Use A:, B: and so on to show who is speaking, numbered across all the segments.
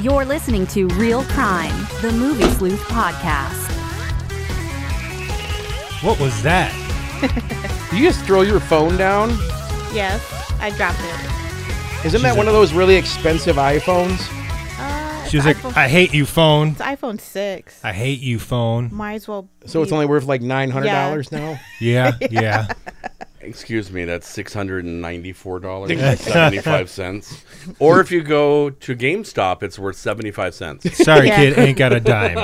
A: You're listening to Real Crime, the Movie Sleuth podcast.
B: What was that?
C: Do you just throw your phone down?
D: Yes, I dropped it.
C: Isn't that
B: She's
C: one
B: a-
C: of those really expensive iPhones?
D: Uh,
B: She was
D: it's
B: like,
D: iPhone,
B: I hate you, phone.
D: it's iPhone six.
B: I hate you, phone.
D: Might as well.
C: So it's
D: be-
C: only worth like nine hundred dollars now.
B: Yeah, yeah.
E: Excuse me, that's six hundred and ninety-four dollars seventy-five cents. Or if you go to GameStop, it's worth seventy-five cents.
B: Sorry,
D: Yeah.
B: kid, ain't got a dime.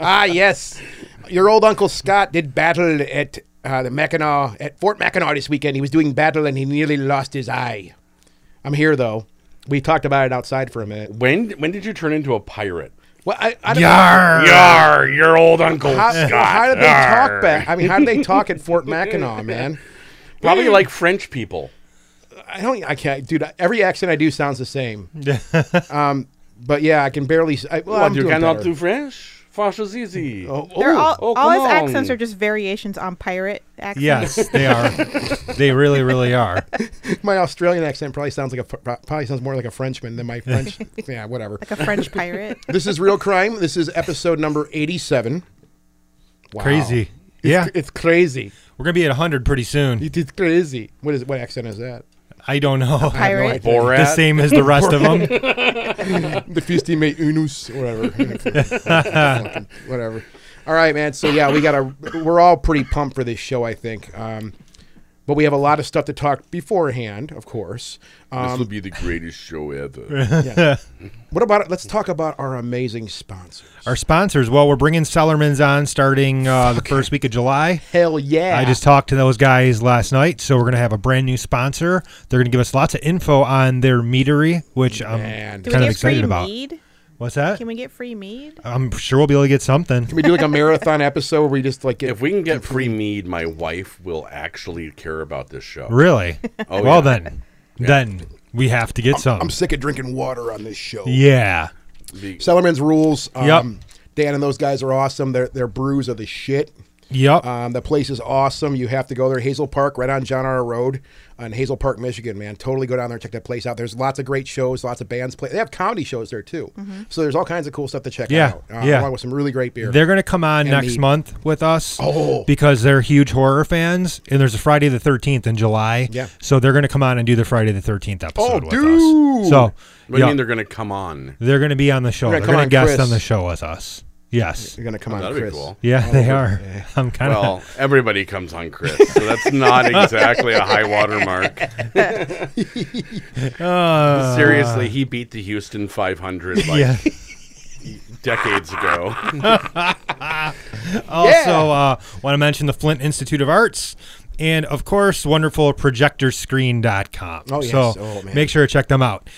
C: ah, yes. Your old uncle Scott did battle at uh, the Mackinac at Fort Mackinac this weekend. He was doing battle and he nearly lost his eye. I'm here though. We talked about it outside for a minute.
E: When when did you turn into a pirate?
C: Well, I, I don't
B: Yar.
E: Yar, your old uncle
C: How,
E: Scott.
C: how did they talk
E: Yar.
C: back? I mean, how did they talk at Fort Mackinac, man?
E: Probably like French people.
C: I don't. I can't, dude. Every accent I do sounds the same. um, but yeah, I can barely. s- I, well, I'm
E: you
C: doing
E: cannot
C: better.
E: do French. French is easy.
C: Oh,
D: They're
C: oh,
D: all,
E: oh,
D: all his
E: come
D: accents
E: on.
D: are just variations on pirate accents.
B: Yes, they are. They really, really are.
C: my Australian accent probably sounds like a fr- probably sounds more like a Frenchman than my French. yeah, whatever.
D: Like a French pirate.
C: This is real crime. This is episode number eighty-seven. Wow.
B: Crazy. Yeah,
C: it's crazy.
B: we're gonna be at 100 pretty soon.
C: It is crazy. What is what accent is that?
B: I don't know.
C: I have no
D: Pirate.
C: idea.
B: The same as the rest of them.
C: the Fisti Me Unus, whatever. Fucking whatever. All right, man. So yeah, we got a. We're all pretty pumped for this show, I think. Um, but we have a lot of stuff to talk beforehand, of course. Um,
E: this will be the greatest show ever.
C: yeah. What about it? Let's talk about our amazing sponsors.
B: Our sponsors. Well, we're bringing Sellerman's on starting uh, the first week of July.
C: Hell yeah!
B: I just talked to those guys last night, so we're gonna have a brand new sponsor. They're gonna give us lots of info on their meadery, which I'm
C: Man.
D: Do
B: kind
D: we
B: of
D: get free
B: excited about.
D: mead?
B: What's that?
D: Can we get free mead?
B: I'm sure we'll be able to get something.
C: Can we do like a marathon episode where we just like get
E: if we can get free mead, my wife will actually care about this show.
B: Really?
E: Oh,
B: well
E: yeah.
B: then, then we have to get some.
C: I'm sick of drinking water on this show.
B: yeah.
E: Be-
C: Sellerman's rules. Um,
B: Yep.
C: Dan and those guys are awesome. Their their brews are the shit.
B: Yep.
C: Um, the place is awesome. You have to go there, Hazel Park, right on John R. Road in Hazel Park, Michigan. Man, totally go down there and check that place out. There's lots of great shows, lots of bands play. They have comedy shows there too.
D: Mm-hmm.
C: So there's all kinds of cool stuff to check
B: Yeah,
C: out. uh,
B: yeah.
C: along with some really great beer.
B: They're going to come on
C: And
B: next
C: meat.
B: month with us
C: Oh.
B: because they're huge horror fans. And there's a Friday the 13th in July.
C: Yeah.
B: So they're going to come on and do the Friday the 13th episode
C: Oh,
B: with us.
C: dude.
B: So
E: what do you
B: yeah,
E: mean
B: they're,
E: they're going to come on?
B: going to be on the show.
C: They're
B: They're going
C: gonna
B: to
C: come on
B: guest
C: Chris. Oh,
B: on the show with us. Yes.
C: You're gonna come on,
E: Oh, That'd be
C: Chris.
E: cool.
B: Yeah, they are. I'm kind of.
E: Well, everybody comes on Chris, so that's not exactly a high watermark. Seriously, he beat the Houston 500 like
B: yeah.
E: decades ago.
B: Also, uh, want to mention the Flint Institute of Arts and, of course, wonderfulprojectorscreen.com.
C: Oh, yes.
B: So
C: Oh, man. Mm.
B: make sure to check them out.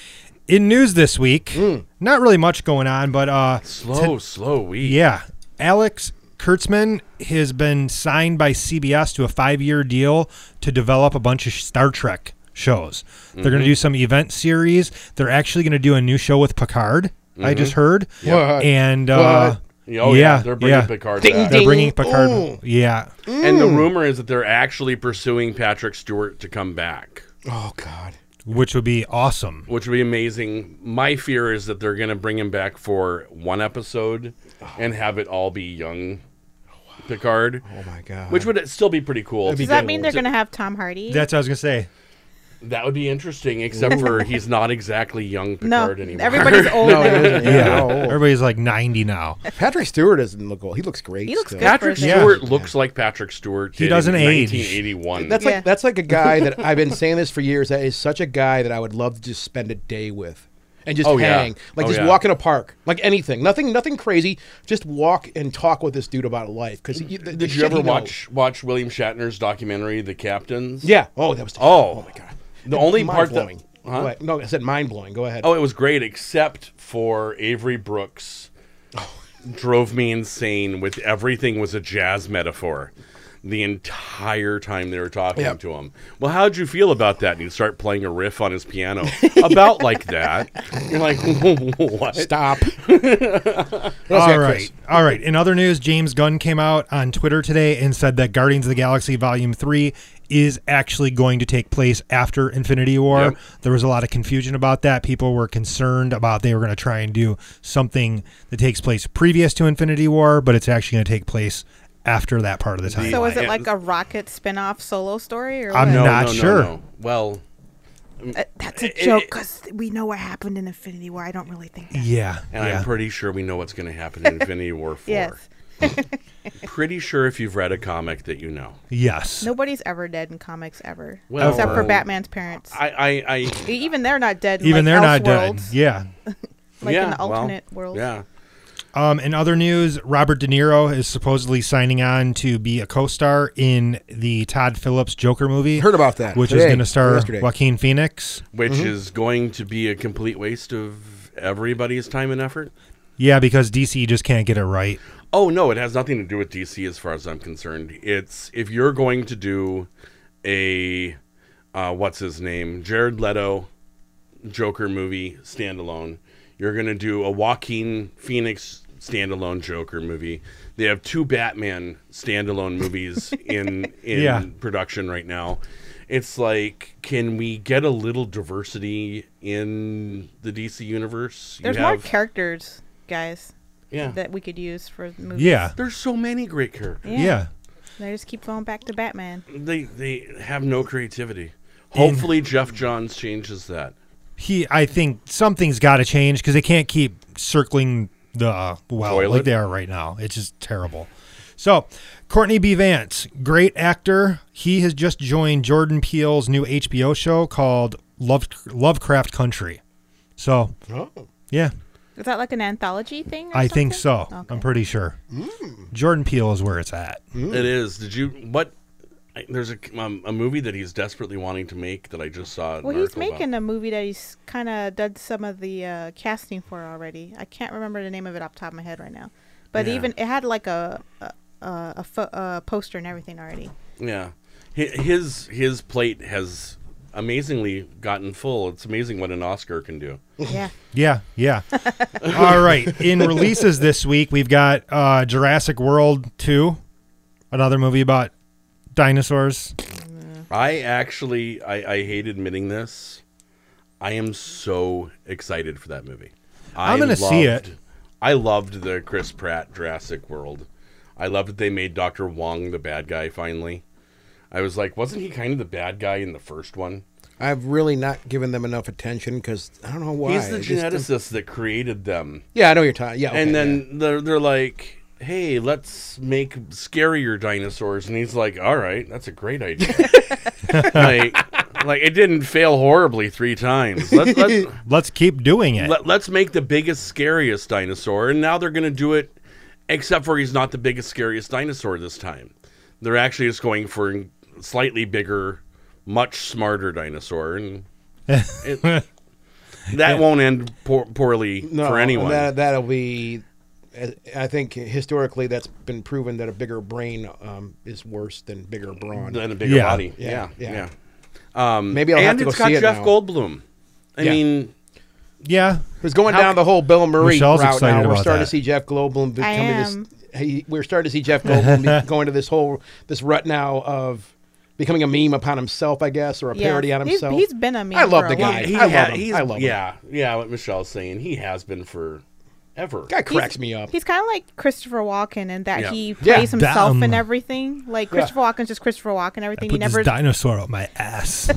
B: In news this week, not really much going on, but uh,
E: Slow, slow week.
B: yeah, Alex Kurtzman has been signed by CBS to a five-year deal to develop a bunch of Star Trek shows. They're
E: Mm-hmm.
B: going to do some event series. They're actually going to do a new show with Picard. I just heard,
C: What?
B: and uh,
E: Mm-hmm. Oh, yeah. They're bringing
B: yeah.
E: Picard
C: Ding,
E: back.
B: They're bringing Picard.
C: Ooh.
B: Yeah,
E: And the rumor is that they're actually pursuing Patrick Stewart to come back,
C: Oh God.
B: which would be awesome.
E: which would be amazing. My fear is that they're going to bring him back for one episode and have it all be young Picard,
C: Oh my God.
E: which would still be pretty cool.
D: Does that mean they're gonna have Tom Hardy?
B: That's what I was gonna say.
E: That would be interesting, except for he's not exactly young
D: no.
E: Picard anymore.
D: Everybody's old.
C: No, it isn't.
B: Yeah,
C: No.
B: everybody's like ninety now.
C: Patrick Stewart doesn't look old. He looks great.
D: He looks
C: still.
D: good.
E: Patrick
B: Yeah.
E: Stewart looks like Patrick Stewart.
B: He
E: did
B: doesn't
E: in
B: age.
E: 1981.
C: That's
D: Yeah.
C: like that's like a guy that I've been saying this for years. That is such a guy that I would love to just spend a day with, and just
E: Oh, yeah.
C: hang, like
E: Oh,
C: just
E: yeah.
C: walk in a park, like anything, nothing, nothing crazy. Just walk and talk with this dude about life. Because the, the
E: Did you
C: shit
E: ever
C: he knows.
E: watch watch William Shatner's documentary, The Captains?
C: Yeah. Oh, that was.
E: Oh.
C: my god.
E: The only
C: mind
E: part that-
C: blowing.
E: Huh?
C: No, I said mind blowing. Go ahead.
E: Oh, it was great, except for Avery Brooks drove me insane with everything was a jazz metaphor. the entire time they were talking
C: Yep.
E: to him. Well, how'd you feel about that? And he'd start playing a riff on his piano about like that. You're like, what?
C: Stop. What else you got,
B: All
C: Chris?
B: right. All right. In other news, James Gunn came out on Twitter today and said that Guardians of the Galaxy Volume 3 is actually going to take place after Infinity War.
E: Yep.
B: There was a lot of confusion about that. People were concerned about they were going to try and do something that takes place previous to Infinity War, but it's actually going to take place after that part of the timeline.
D: So is it
E: Yeah.
D: like a rocket spin-off solo story or
B: I'm
D: what?
B: not- sure.
E: Well,
D: Uh, that's a joke because we know what happened in Infinity War. I don't really think. That.
B: yeah.
E: and
B: yeah.
E: I'm pretty sure we know what's going to happen in Infinity War 4.
D: Yes.
E: Pretty sure if you've read a comic that you know.
B: yes.
D: Nobody's ever dead in comics ever,
E: Well-
D: except for Batman's parents.
E: I, I, I
D: E- Even they're not dead. In
B: Even
D: like
B: they're not
D: Elseworlds,
B: done. Yeah.
D: Like
E: yeah,
D: in the
E: well,
D: alternate world.
E: Yeah.
B: Um, in other news, Robert De Niro is supposedly signing on to be a co-star in the Todd Phillips Joker movie.
C: Heard about that
B: Which is
C: today,
B: going to star
C: yesterday.
B: Joaquin Phoenix.
E: Which is going to be a complete waste of everybody's time and effort.
B: Yeah, because DC just can't get it right.
E: Oh no, it has nothing to do with DC as far as I'm concerned. It's if you're going to do a uh, what's his name Jared Leto Joker movie standalone, you're going to do a Joaquin Phoenix standalone Joker movie. They have two Batman standalone movies in in
B: Yeah.
E: production right now. It's like, can we get a little diversity in the DC universe? You
D: There's more
E: have-
D: characters, guys,
E: yeah.
D: that we could use for movies.
B: Yeah.
E: There's so many great characters.
D: Yeah.
B: Yeah.
D: They just keep going back to Batman.
E: they they have no creativity. Hopefully, Jeff Johns changes that.
B: He I think something's got to change cuz they can't keep circling the uh, well like
E: Toilet?
B: they are right now. It's just terrible. So, Courtney B. Vance, great actor. He has just joined Jordan Peele's new HBO show called Love Lovecraft Country. So,
C: Oh.
B: yeah,
D: Is that like an anthology thing? Or
B: I think so.
D: something?
B: I'm
D: Okay.
B: pretty sure.
E: Mm.
B: Jordan Peele is where it's at.
E: It is. Did you what? I- There's a um, a movie that he's desperately wanting to make that I just saw. an
D: Well, he's
E: article about.
D: making a movie that he's kind of done some of the uh, casting for already. I can't remember the name of it off the top of my head right now, but
E: Yeah.
D: even it had like a a, a, a, fo- a poster and everything already.
E: Yeah, Hi- his his plate has amazingly gotten full. It's amazing what an Oscar can do.
D: yeah,
B: Yeah, yeah. All right. In releases this week, we've got uh, Jurassic World 2, another movie about dinosaurs.
E: I actually I, I hate admitting this. I am so excited for that movie. I
B: I'm gonna see
E: loved-
B: it.
E: I loved the Chris Pratt Jurassic World. I loved that they made Doctor Wong the bad guy finally. I was like, wasn't he kind of the bad guy in the first one?
C: I've really not given them enough attention because I don't know why.
E: He's the
C: I just-
E: geneticist that created them.
C: yeah, I know what you're talking. Yeah, okay,
E: and then
C: yeah.
E: they're they're like, "Hey, let's make scarier dinosaurs," and he's like, "All right, that's a great idea." like, like it didn't fail horribly three times. Let, let,
B: Let's keep doing it.
E: let, let's make the biggest, scariest dinosaur, and now they're gonna do it. Except for he's not the biggest, scariest dinosaur this time. They're actually just going for slightly bigger, much smarter dinosaur, and it, that won't end poor, poorly
C: No,
E: for anyone.
C: that, that'll be. I- I think historically that's been proven that a bigger brain um, is worse than bigger brawn.
E: than a bigger
B: Yeah.
E: body.
C: Yeah,
E: Yeah,
C: yeah.
E: yeah.
C: Maybe I'll have
E: and
C: to go
E: it's got
C: see it
E: Jeff
C: now.
E: Goldblum. I
C: Yeah.
E: mean,
B: yeah.
C: Who's going down the whole Bill Murray
B: Michelle's
C: route
B: excited
C: now? We're
B: about
C: starting
B: that.
C: to see Jeff Goldblum
D: I
C: becoming this.
D: am.
C: He, we're starting to see Jeff Goldblum be- going to this whole this rut now of becoming a meme upon himself, I guess, or a
D: Yeah.
C: parody on
D: He's-
C: himself.
D: he's been a meme
C: I love
D: for
C: the
D: a
C: guy.
D: while.
E: he
C: I love
E: ha-
C: him.
E: he's-
C: I love him.
E: Yeah, yeah. What Michelle's saying, he has been for ever.
C: Guy
D: He's-
C: cracks me up.
D: He's kind of like Christopher Walken in that
E: Yeah.
D: he
C: Yeah.
D: plays himself
B: Damn.
D: in everything. Like Christopher Walken's just Christopher Walken. Everything he
B: Put
D: never
B: this dinosaur up my ass.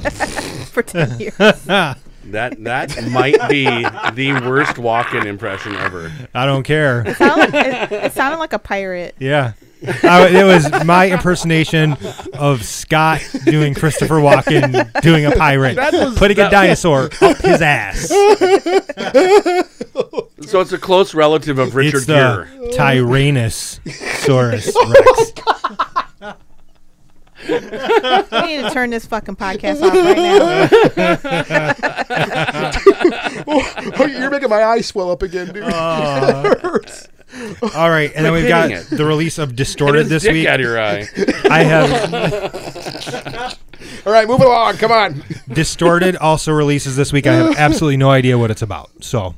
D: for ten years.
E: That that might be the worst walk-in impression ever.
B: I don't care.
D: sounded, it, it sounded like a pirate.
B: Yeah. I, it was my impersonation of Scott doing Christopher Walken doing a pirate, putting a
E: that-
B: dinosaur up his ass.
E: So it's a close relative of Richard
B: it's the
E: Gere.
B: Tyrannus Saurus Rex.
D: We need to turn this fucking podcast off right now.
B: Uh,
C: Oh, you're making my eyes swell up again, dude. It hurts.
B: All right, and then we've got
E: hitting it.
B: the release of
E: Get
B: Distorted
E: his
B: this
E: dick
B: week.
E: out of your eye.
B: I have
C: All right, move along. Come on.
B: Distorted also releases this week. I have absolutely no idea what it's about. So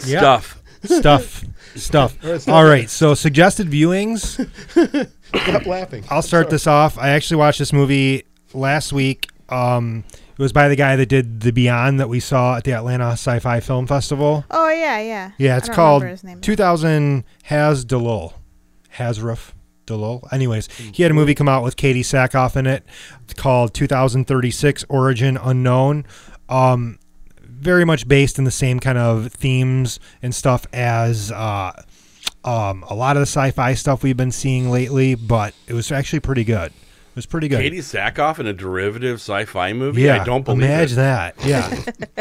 E: Stuff.
B: stuff, stuff. All right, so suggested viewings.
C: Stop laughing.
B: I'll start this off. I actually watched this movie last week. Um, it was by the guy that did The Beyond that we saw at the Atlanta Sci-Fi Film Festival.
D: Oh yeah, yeah.
B: Yeah,
D: I
B: it's
D: don't
B: called
D: remember his name.
B: 2000 Has Delul. Hazruf Delul. Anyways, he had a movie come out with Katie Sackhoff in it called 2036 Origin Unknown. Um, very much based in the same kind of themes and stuff as uh, um, a lot of the sci fi stuff we've been seeing lately, but it was actually pretty good. It was pretty good.
E: Katie Sackhoff in a derivative sci-fi movie.
B: Yeah,
E: I don't believe
B: imagine
E: it.
B: that. Yeah,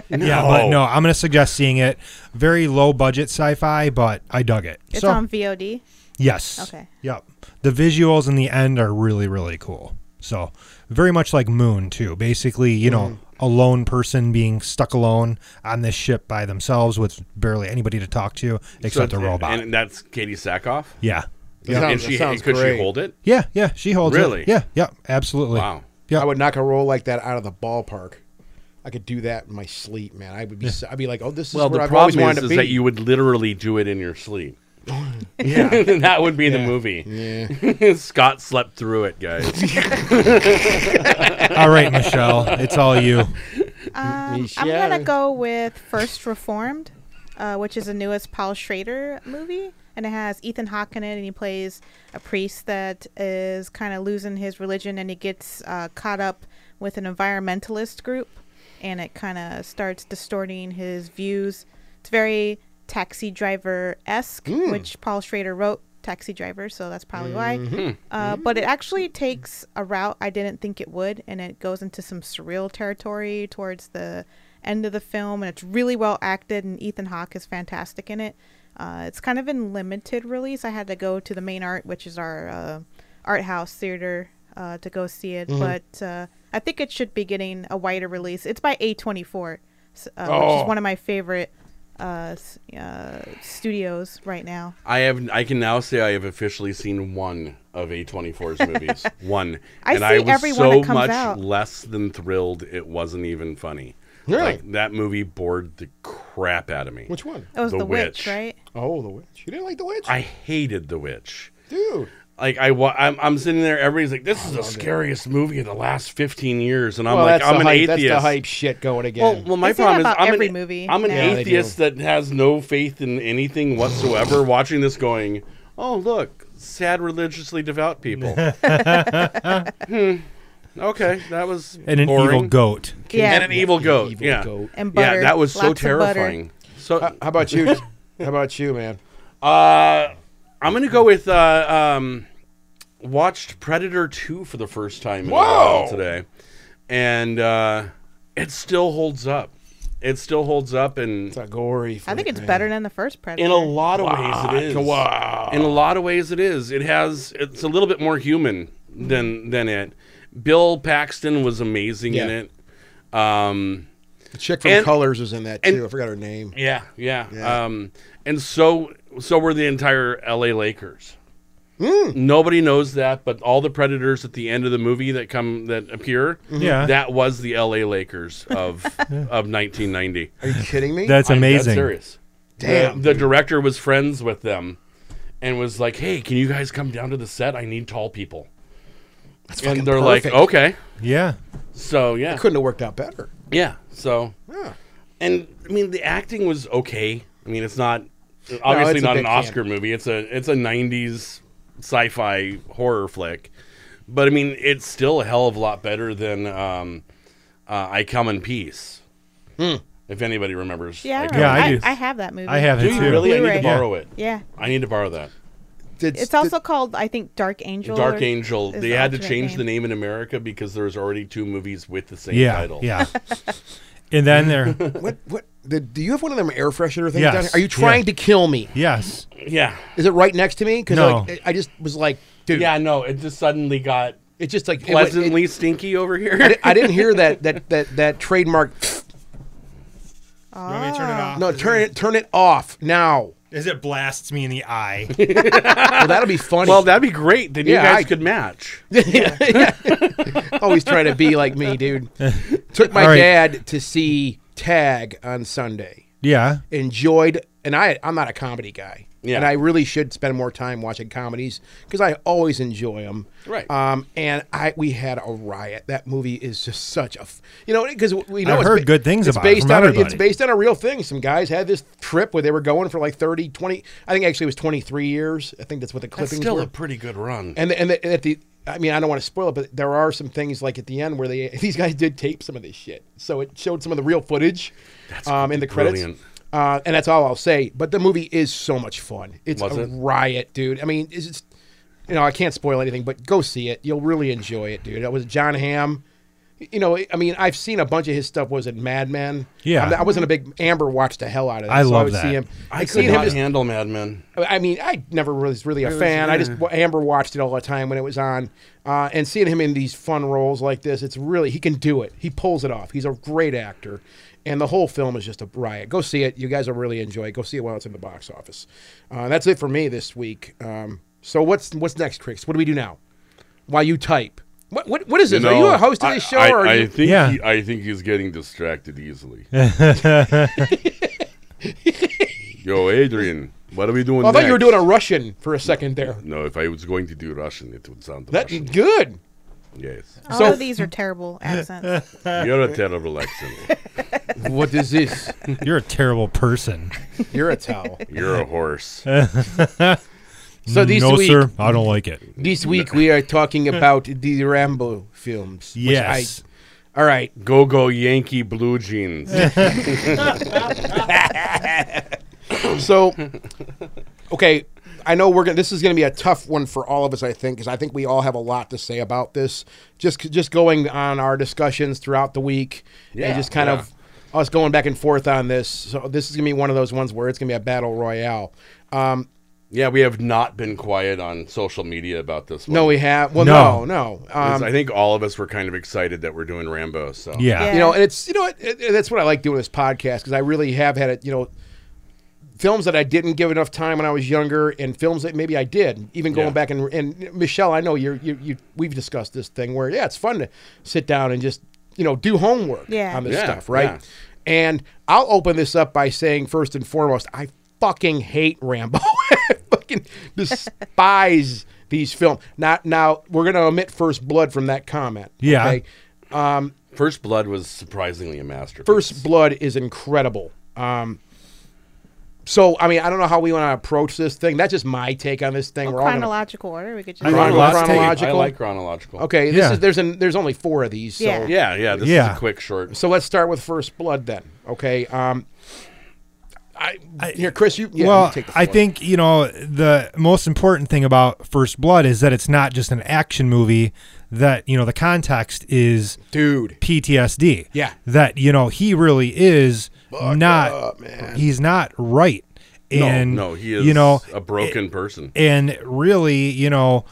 B: yeah, but no, I'm gonna suggest seeing it. Very low budget sci-fi, but I dug it.
D: It's
B: so,
D: on VOD.
B: Yes.
D: Okay.
B: Yep. The visuals in the end are really really cool. So very much like Moon too. Basically, you
E: Mm.
B: know, a lone person being stuck alone on this ship by themselves with barely anybody to talk to except a
E: it's-
B: robot.
E: And that's Katie Sackhoff.
B: yeah.
C: That
E: and
C: sounds-
E: she
C: that sounds
E: could
C: great.
E: she hold it?
B: Yeah. Yeah. She holds it.
E: Really?
B: Yeah. Yeah. Absolutely.
E: Wow.
B: Yeah.
C: I would knock a roll like that out of the ballpark. I could do that in my sleep, man. I would be. so- I'd be like, oh, this is
E: Well,
C: where
E: the
C: I've always
E: problem
C: wanted
E: is,
C: to
E: is
C: be.
E: that you would literally do it in your sleep.
B: Yeah.
E: that would be the movie.
C: yeah.
E: Scott slept through it, guys.
B: all right, Michelle. It's all you.
D: Um, I'm
C: Yeah.
D: gonna go with First Reformed, uh, which is the newest Paul Schrader movie, and it has Ethan Hawke in it, and he plays a priest that is kind of losing his religion, and he gets uh, caught up with an environmentalist group, and it kind of starts distorting his views. It's very Taxi Driver esque, which Paul Schrader wrote Taxi Driver, so that's probably why. Uh, but it actually takes a route I didn't think it would, and it goes into some surreal territory towards the end of the film, and it's really well acted, and Ethan Hawke is fantastic in it. Uh, it's kind of in limited release. I had to go to the main art, which is our uh, art house theater, uh, to go see it, but uh, I think it should be getting a wider release. It's by A24, s- uh, which
C: Oh.
D: is one of my favorite uh, s- uh, studios right now.
E: I have. I can now say I have officially seen one of A24's movies. one,
D: I
E: and I
D: see
E: was
D: every one
E: so
D: that comes
E: much
D: out.
E: less than thrilled. It wasn't even funny.
C: Really?
E: Like, that movie bored the crap out of me.
C: Which one?
D: It was
E: The
D: the,
E: Witch.
D: witch. right?
C: Oh, the witch. You didn't like the witch,
E: I hated The Witch.
C: dude.
E: Like I, wa- I'm, I'm sitting there. Everybody's like, "This is the scariest movie of the last 15 years," and I'm
C: well,
E: like,
C: that's
E: "I'm
C: the
E: an
C: hype.
E: atheist."
C: That's the hype shit going
E: Well,
C: again.
E: well,
D: They
E: my
D: say that
E: problem is
D: about
E: I'm
D: every
E: an,
D: movie
E: I'm an
D: now. Yeah,
C: they
E: atheist that has no faith in anything whatsoever. watching this, going, "Oh, look, sad religiously devout people." hmm. Okay, that was
B: And an
E: boring.
B: evil goat.
D: Yeah.
E: and an evil goat.
C: Evil
E: yeah,
C: goat.
D: And
E: yeah,
D: butter.
E: that was so
D: Lots of butter.
E: terrifying. So
C: How how about you? How about you, man?
E: Uh, I'm gonna go with uh, um, watched Predator Two for the first time in a while
C: Whoa!
E: today, and uh, it still holds up. It still holds up, and
C: It's a gory.
D: I think
C: flick,
D: it's
C: man.
D: better than the first Predator.
E: in a lot of ways, it is. In a lot of ways, it is. It has. It's a little bit more human than than it. Bill Paxton was amazing
C: Yeah.
E: in it. Um,
C: The chick from
E: and-
C: Colors was in that too.
E: and-
C: I forgot her name.
E: yeah, yeah,
C: Yeah.
E: Um, and so so were the entire L.A. Lakers.
C: Hmm.
E: Nobody knows that, but all the predators at the end of the movie that come that appear,
B: Yeah.
E: that was the L.A. Lakers of of 1990.
C: Are you kidding me?
B: That's
E: I'm dead
B: amazing.
E: serious.
C: Damn.
E: The, the director was friends with them, and was like, "Hey, can you guys come down to the set? I need tall people."
C: fucking
E: and they're
C: perfect.
E: like, "Okay."
B: Yeah.
E: So yeah,
C: couldn't have worked out better.
E: yeah. So
C: Yeah.
E: and I mean the acting was okay. I mean it's not obviously
C: it's a
E: not
C: big
E: an
C: camp.
E: Oscar movie. It's a it's a '90s sci-fi horror flick, but I mean it's still a hell of a lot better than um, uh, I Come in Peace.
C: Hmm.
E: If anybody remembers,
D: yeah, I
E: Come-
D: remember.
B: Yeah, I
D: I,
B: do.
D: I have that movie.
B: I have
E: Do
B: it
E: you
B: too.
E: really? I need
D: Blu-ray.
E: to borrow it.
D: Yeah.
E: I need to borrow that.
C: Did,
D: It's
C: did-
D: also called, I think, Dark Angel.
E: Dark
D: or-
E: Angel.
D: is
E: They
D: the
E: had to
D: alternate
E: change
D: name.
E: the name in America because there was already two movies with the same
B: Yeah.
E: title.
B: Yeah. and then there.
C: what what did, do you have one of them air freshener things?
B: Yes.
C: Down here? Are you trying
B: Yeah.
C: to kill me?
B: Yes.
E: yeah,
C: Is it right next to me? Because
B: No.
C: like, I just was like, dude,
E: yeah. No, it just suddenly got
C: it just like it went- it-
E: pleasantly stinky over here.
C: I didn't hear that that that that trademark.
B: turn it off?
C: Ah. No, turn it turn it off now.
B: As it blasts me in the eye.
C: Well, that'll be funny.
E: Well, that'd be great. Then
C: Yeah,
E: you guys
C: I-
E: could match.
C: always trying to be like me, dude. Took my
B: All right.
C: dad to see Tag on Sunday.
B: yeah.
C: Enjoyed, and I I'm not a comedy guy.
E: Yeah.
C: And I really should spend more time watching comedies because I always enjoy them.
E: Right.
C: Um. And I we had a riot. That movie is just such a f- you know because we know
B: I've
C: it's
B: heard good things
C: it's
B: about it
C: based
B: from
C: on a, it's
B: everybody.
C: based on a real thing. Some guys had this trip where they were going for like 30, 20, I think actually it was twenty three years. I think that's what the
E: That's
C: clippings
E: still
C: were
E: a pretty good run.
C: and the, and the, at the I mean I don't want to spoil it, but there are some things like at the end where they these guys did tape some of this shit, so it showed some of the real footage um, in the credits.
E: brilliant.
C: Uh, and that's all I'll say. But the movie is so much fun. It's
E: Was
C: a
E: it?
C: riot, dude. I mean, it's just, you know I can't spoil anything, but go see it. You'll really enjoy it, dude. That was John Hamm. You know, I mean, I've seen a bunch of his stuff. Was it Mad Men?
B: Yeah.
C: I, I wasn't a big Amber. Watched the hell out of it.
B: I
C: so I
B: love
C: would
B: that.
C: See him.
E: I
C: seen
E: could not
C: just-
E: handle Mad Men.
C: I mean, I never was really a
E: was-
C: fan. I just
E: yeah.
C: wa- Amber watched it all the time when it was on, uh, and seeing him in these fun roles like this, it's really he can do it. He pulls it off. He's a great actor, and the whole film is just a riot. Go see it. You guys will really enjoy it. Go see it while it's in the box office. Uh, that's it for me this week. Um, so what's what's next, Chris? What do we do now? While you type, what what, what is this? are you
E: know,
C: a host of
E: I-
C: this show?
E: I,
C: or are
E: I
C: you,
E: think
B: Yeah.
E: he, I think he's getting distracted easily. Yo, Adrian, what are we doing?
C: Oh, I thought you were
E: next?
C: doing a Russian for a second there.
E: No, if I was going to do Russian, it would sound
C: That
E: Russian.
C: good.
E: Yes,
D: All
C: So-
D: of these are terrible accents.
E: you're a terrible accent.
C: What is this?
B: You're a terrible person.
C: You're a towel.
E: You're a horse.
C: So this
B: no,
C: week,
B: sir. I don't like it.
C: This week we are talking about the Rambo films. which
B: Yes.
C: I, all right.
E: Go go Yankee blue jeans.
C: So, okay, I know we're gonna. This is gonna be a tough one for all of us, I think, because I think we all have a lot to say about this. Just just going on our discussions throughout the week
E: Yeah,
C: and just kind of us going back and forth on this. So this is gonna be one of those ones where it's gonna be a battle royale. Um,
E: yeah, we have not been quiet on social media about this one.
C: no, we have. Well, no,
B: No.
C: no.
E: 'Cause
C: Um,
E: I think all of us were kind of excited that we're doing Rambo. So
B: Yeah.
D: Yeah.
C: you know and it's you know what, it, it- that's what i like doing this podcast because i really have had it you know films that i didn't give enough time when i was younger and films that maybe i did even going
E: Yeah.
C: back and and michelle i know you're you, you we've discussed this thing where yeah it's fun to sit down and just you know do homework
D: Yeah.
C: on this
E: Yeah,
C: stuff right
E: yeah.
C: and i'll open this up by saying first and foremost i fucking hate rambo I fucking despise these films not now we're going to omit first blood from that comment
B: Yeah.
C: um
E: First Blood was surprisingly a masterpiece.
C: First Blood is incredible. Um, so I mean, I don't know how we want to approach this thing. That's just my take on this thing.
D: Well,
C: We're all gonna,
D: chronological order. We could just.
E: I like
C: Chronological.
E: I like chronological.
C: okay. This
B: Yeah.
C: is there's an there's only four of these. So
D: Yeah.
E: Yeah, yeah. This is
B: Yeah.
E: a quick short.
C: so let's start with First Blood then. Okay. Um, I, here, Chris, you yeah,
B: well,
C: you take the
B: I
C: floor.
B: think you know the most important thing about First Blood is that it's not just an action movie. That you know the context is
C: dude.
B: PTSD.
C: Yeah.
B: that you know he really is not.
C: up, man.
B: He's not right. And
E: no, no, he is
B: You know,
E: a broken person.
B: and really, you know,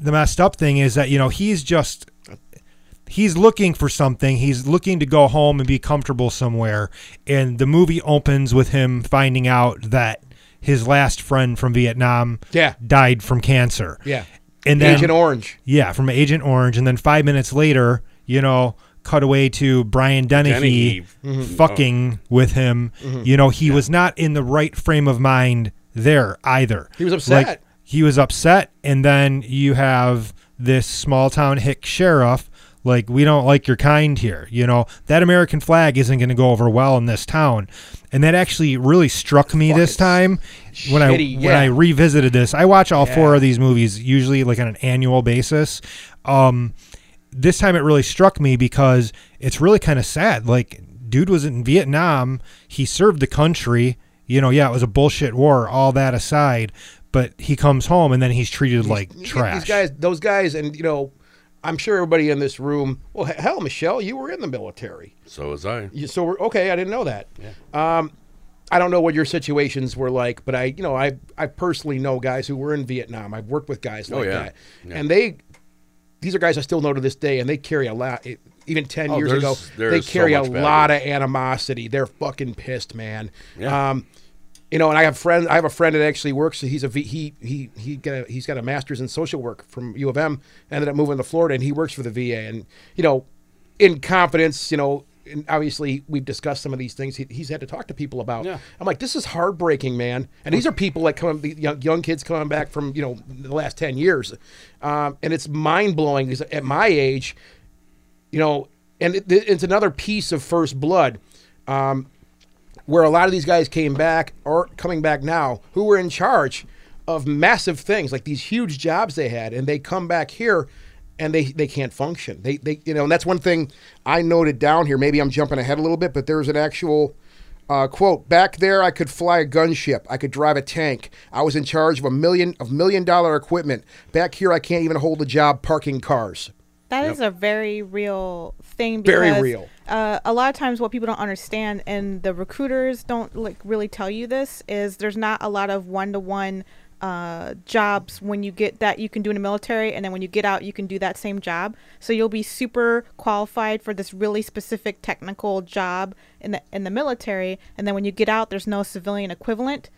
B: the messed up thing is that you know he's just he's looking for something. He's looking to go home and be comfortable somewhere. And the movie opens with him finding out that his last friend from Vietnam
C: Yeah.
B: died from cancer.
C: Yeah.
B: And then
C: Agent Orange.
B: yeah, from Agent Orange, and then five minutes later, you know, cut away to Brian Dennehy,
C: Mm-hmm.
E: Dennehy. Mhm.
B: fucking with him. You know, he was not in the right frame of mind there either.
C: He was upset.
B: he was upset, and then you have this small town hick sheriff. Like we don't like your kind here, you know. That American flag isn't going to go over well in this town, and that actually really struck me this time when I
C: shitty,
B: when I
C: yeah.
B: revisited this. I watch all four of these movies usually like on an annual basis. Um, this time it really struck me because it's really kind of sad. Like, dude was in Vietnam. He served the country. You know, yeah, it was a bullshit war. All that aside, but he comes home and then he's treated like
C: You get
B: trash.
C: These guys, those guys, and you know, I'm sure everybody in this room. Well, he- hell, Michelle, you were in the military.
E: So is I.
C: You- so we're okay. I didn't know that. Um, I don't know what your situations were like, but I, you know, I, I personally know guys who were in Vietnam. I've worked with guys like
E: Oh, yeah.
C: that,
E: Yeah.
C: and they, these are guys I still know to this day, and they carry a lot. It, even ten
E: Oh,
C: years ago,
E: there's-
C: they
E: there's so
C: carry a
E: much bad
C: lot of animosity. They're fucking pissed, man.
E: Yeah.
C: Um, You know, and I have friend. I have a friend that actually works. He's a v, he he he got a, he's got a master's in social work from U of M. Ended up moving to Florida, and he works for the VA. And you know, in confidence, you know, and obviously we've discussed some of these things. He, he's had to talk to people about.
E: Yeah.
C: I'm like, this is heartbreaking, man. And these are people that come, the young, young kids coming back from you know the last ten years, um, and it's mind blowing. Because at my age, you know, and it, it's another piece of First Blood, um, where a lot of these guys came back or coming back now who were in charge of massive things like these huge jobs they had, and they come back here and they they can't function. They they you know, and that's one thing I noted down here. Maybe I'm jumping ahead a little bit, but there's an actual. Uh, quote back there i could fly a gunship i could drive a tank i was in charge of a million of million dollar equipment back here i can't even hold a job parking cars
D: That is a very real thing.
C: Very
D: Because,
C: real.
D: Uh, a lot of times, what people don't understand, and the recruiters don't like really tell you this, is there's not a lot of one-to-one uh, jobs when you get that you can do in the military, and then when you get out, you can do that same job. So you'll be super qualified for this really specific technical job in the in the military, and then when you get out, there's no civilian equivalent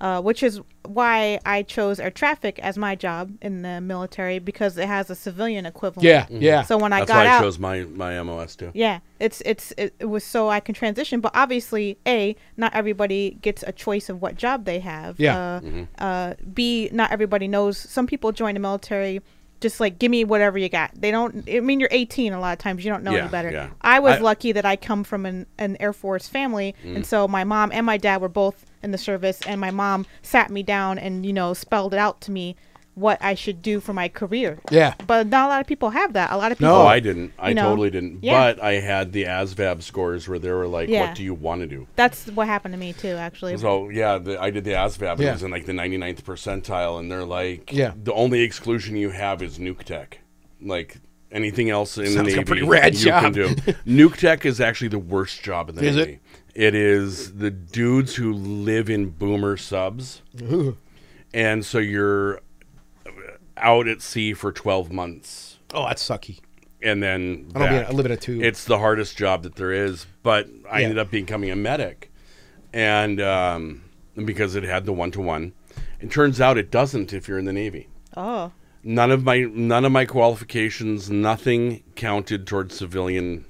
D: uh, which is why I chose air traffic as my job in the military because it has a civilian equivalent.
C: Yeah, yeah.
D: So when I
E: That's
D: got
E: why
D: out,
E: I chose my my MOS too.
D: yeah, it's it's it, it was so I can transition. But obviously, a not everybody gets a choice of what job they have.
C: Yeah.
D: Uh,
E: Mm-hmm.
D: uh, B not everybody knows. Some people join the military. Just like give me whatever you got. They don't. I mean, you're 18. A lot of times you don't know
E: Yeah,
D: any better.
E: yeah.
D: I was
E: I-
D: lucky that I come from an, an Air Force family,
E: Mm.
D: and so my mom and my dad were both in the service, and my mom sat me down and you know spelled it out to me what I should do for my career.
C: Yeah.
D: But not a lot of people have that. A lot of people.
C: No.
E: Oh, I didn't. I
D: You know,
E: totally didn't.
D: yeah.
E: But I had the ASVAB scores where they were like,
D: Yeah.
E: "What do you want to do?"
D: That's what happened to me too, actually.
E: So yeah, the, I did the ASVAB. and
C: Yeah.
E: It was in like the 99th percentile, and they're like,
C: Yeah.
E: the only exclusion you have is nuke tech. Like anything else in the
C: Sounds like
E: Navy,
C: a pretty rad
E: you
C: job.
E: can do. nuke tech is actually the worst job in the
C: Is it?
E: Navy. It is the dudes who live in boomer subs, and so you're out at sea for 12 months,
C: Oh, that's sucky.
E: and then
C: I don't be
E: back.
C: in- I live in a tube.
E: It's the hardest job that there is, but I
C: Yeah.
E: ended up becoming a medic, and um, because it had the one to one, it turns out it doesn't if you're in the Navy.
D: Oh,
E: None of my none of my qualifications, nothing counted towards civilian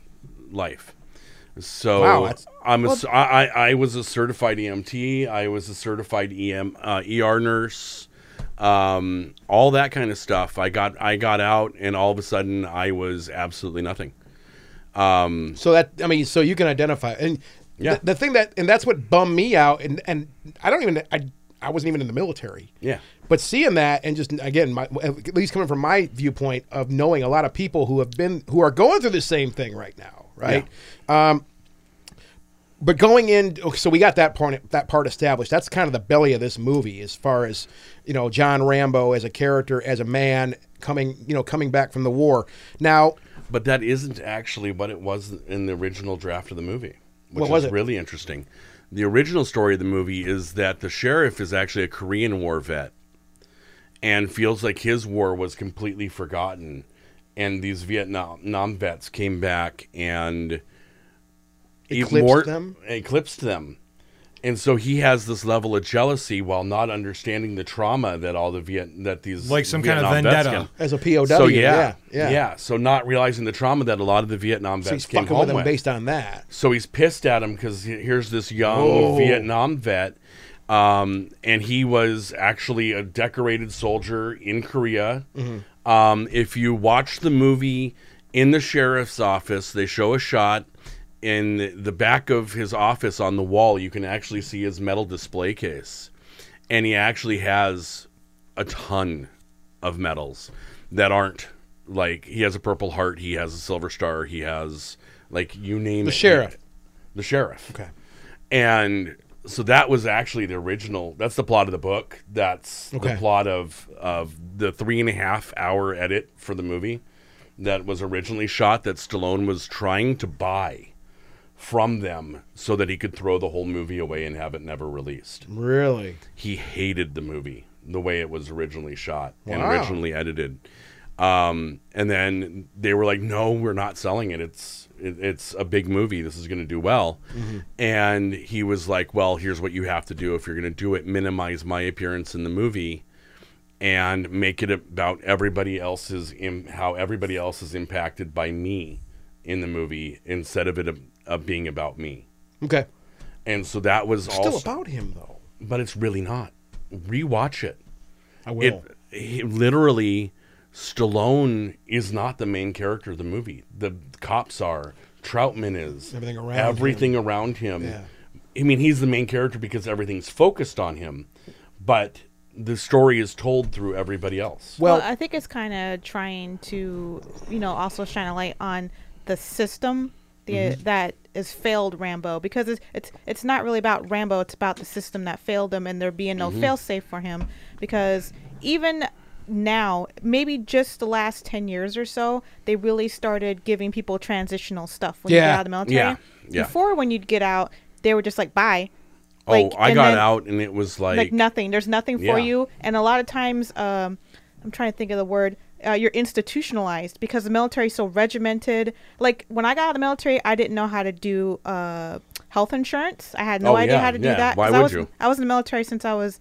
E: life. So
C: Wow, that's-
E: I'm a, s- I, I- I was a certified EMT. I was a certified EM uh, ER nurse. Um, all that kind of stuff. I got I got out, and all of a sudden I was absolutely nothing.
C: So that I mean, so you can identify and
E: Yeah.
C: the, the thing that and that's what bummed me out and and I don't even I I wasn't even in the military.
E: Yeah.
C: But seeing that and just again, my, at least coming from my viewpoint of knowing a lot of people who have been who are going through the same thing right now, right? Um, but going in, okay, so we got that part that part established. That's kind of the belly of this movie, as far as you know, John Rambo as a character, as a man coming, you know, coming back from the war. Now,
E: But that isn't actually what it was in the original draft of the movie, which
C: What was
E: is
C: it?
E: really interesting. The original story of the movie is that the sheriff is actually a Korean War vet and feels like his war was completely forgotten. And these Vietnam Nam vets came back and even
C: Eclipsed them?
E: Eclipsed them. And so he has this level of jealousy while not understanding the trauma that all the Viet that these
B: Like some kind of
E: Vietnam vets
B: vendetta.
E: get.
C: as a POW,
E: So yeah,
C: yeah,
E: yeah, So not realizing the trauma that a lot of the Vietnam vets
C: So he's
E: came
C: fucking
E: home
C: with
E: with.
C: him based on that.
E: so he's pissed at him because here's this young
C: Whoa.
E: Vietnam vet, um, and he was actually a decorated soldier in Korea.
C: Mm-hmm.
E: Um, if you watch the movie in the sheriff's office, they show a shot in the back of his office on the wall. You can actually see his metal display case, and he actually has a ton of medals that aren't like he has a purple heart, he has a silver star, he has like you name
C: The
E: it.
C: sheriff.
E: the sheriff. Okay, and so that was actually the original. That's the plot of the book. That's
C: Okay.
E: the plot of of the three and a half hour edit for the movie that was originally shot that Stallone was trying to buy from them so that he could throw the whole movie away and have it never released
C: Really?
E: he hated the movie the way it was originally shot and
C: Wow.
E: originally edited. Um, and then they were like, "No, we're not selling it. It's it, it's a big movie. This is going to do well."
C: Mm-hmm.
E: And he was like, "Well, here's what you have to do if you're going to do it: minimize my appearance in the movie." and make it about everybody else's Im- how everybody else is impacted by me in the movie instead of it ab- of being about me.
C: Okay.
E: And so that was
C: Still
E: also,
C: about him though.
E: but it's really not. Rewatch it.
C: I will.
E: It he- literally, Stallone is not the main character of the movie. The cops are. Troutman is.
C: Everything around
E: Everything around him.
C: Yeah.
E: I mean, he's the main character because everything's focused on him, but the story is told through everybody else.
C: well,
D: I think it's kind of trying to, you know, also shine a light on the system the,
E: Mm-hmm.
D: that is failed Rambo because it's, it's it's not really about Rambo. It's about the system that failed him and there being no
E: Mm-hmm.
D: failsafe for him because even now, maybe just the last ten years or so, they really started giving people transitional stuff when you
C: Yeah.
D: get out of the military.
E: Yeah. Yeah.
D: Before, when you'd get out, they were just like, "Bye."
E: Oh,
D: Like,
E: I
D: and
E: got
D: then-
E: out and it was like,
D: like, nothing. There's nothing for
E: Yeah.
D: you. And a lot of times, um, I'm trying to think of the word. Uh, you're institutionalized because the military's so regimented. Like when I got out of the military, I didn't know how to do uh, health insurance. I had no
E: Oh,
D: idea
E: yeah,
D: how to do
E: yeah.
D: that.
E: Why
D: 'cause I
E: would
D: was,
E: you?
D: I was in the military since I was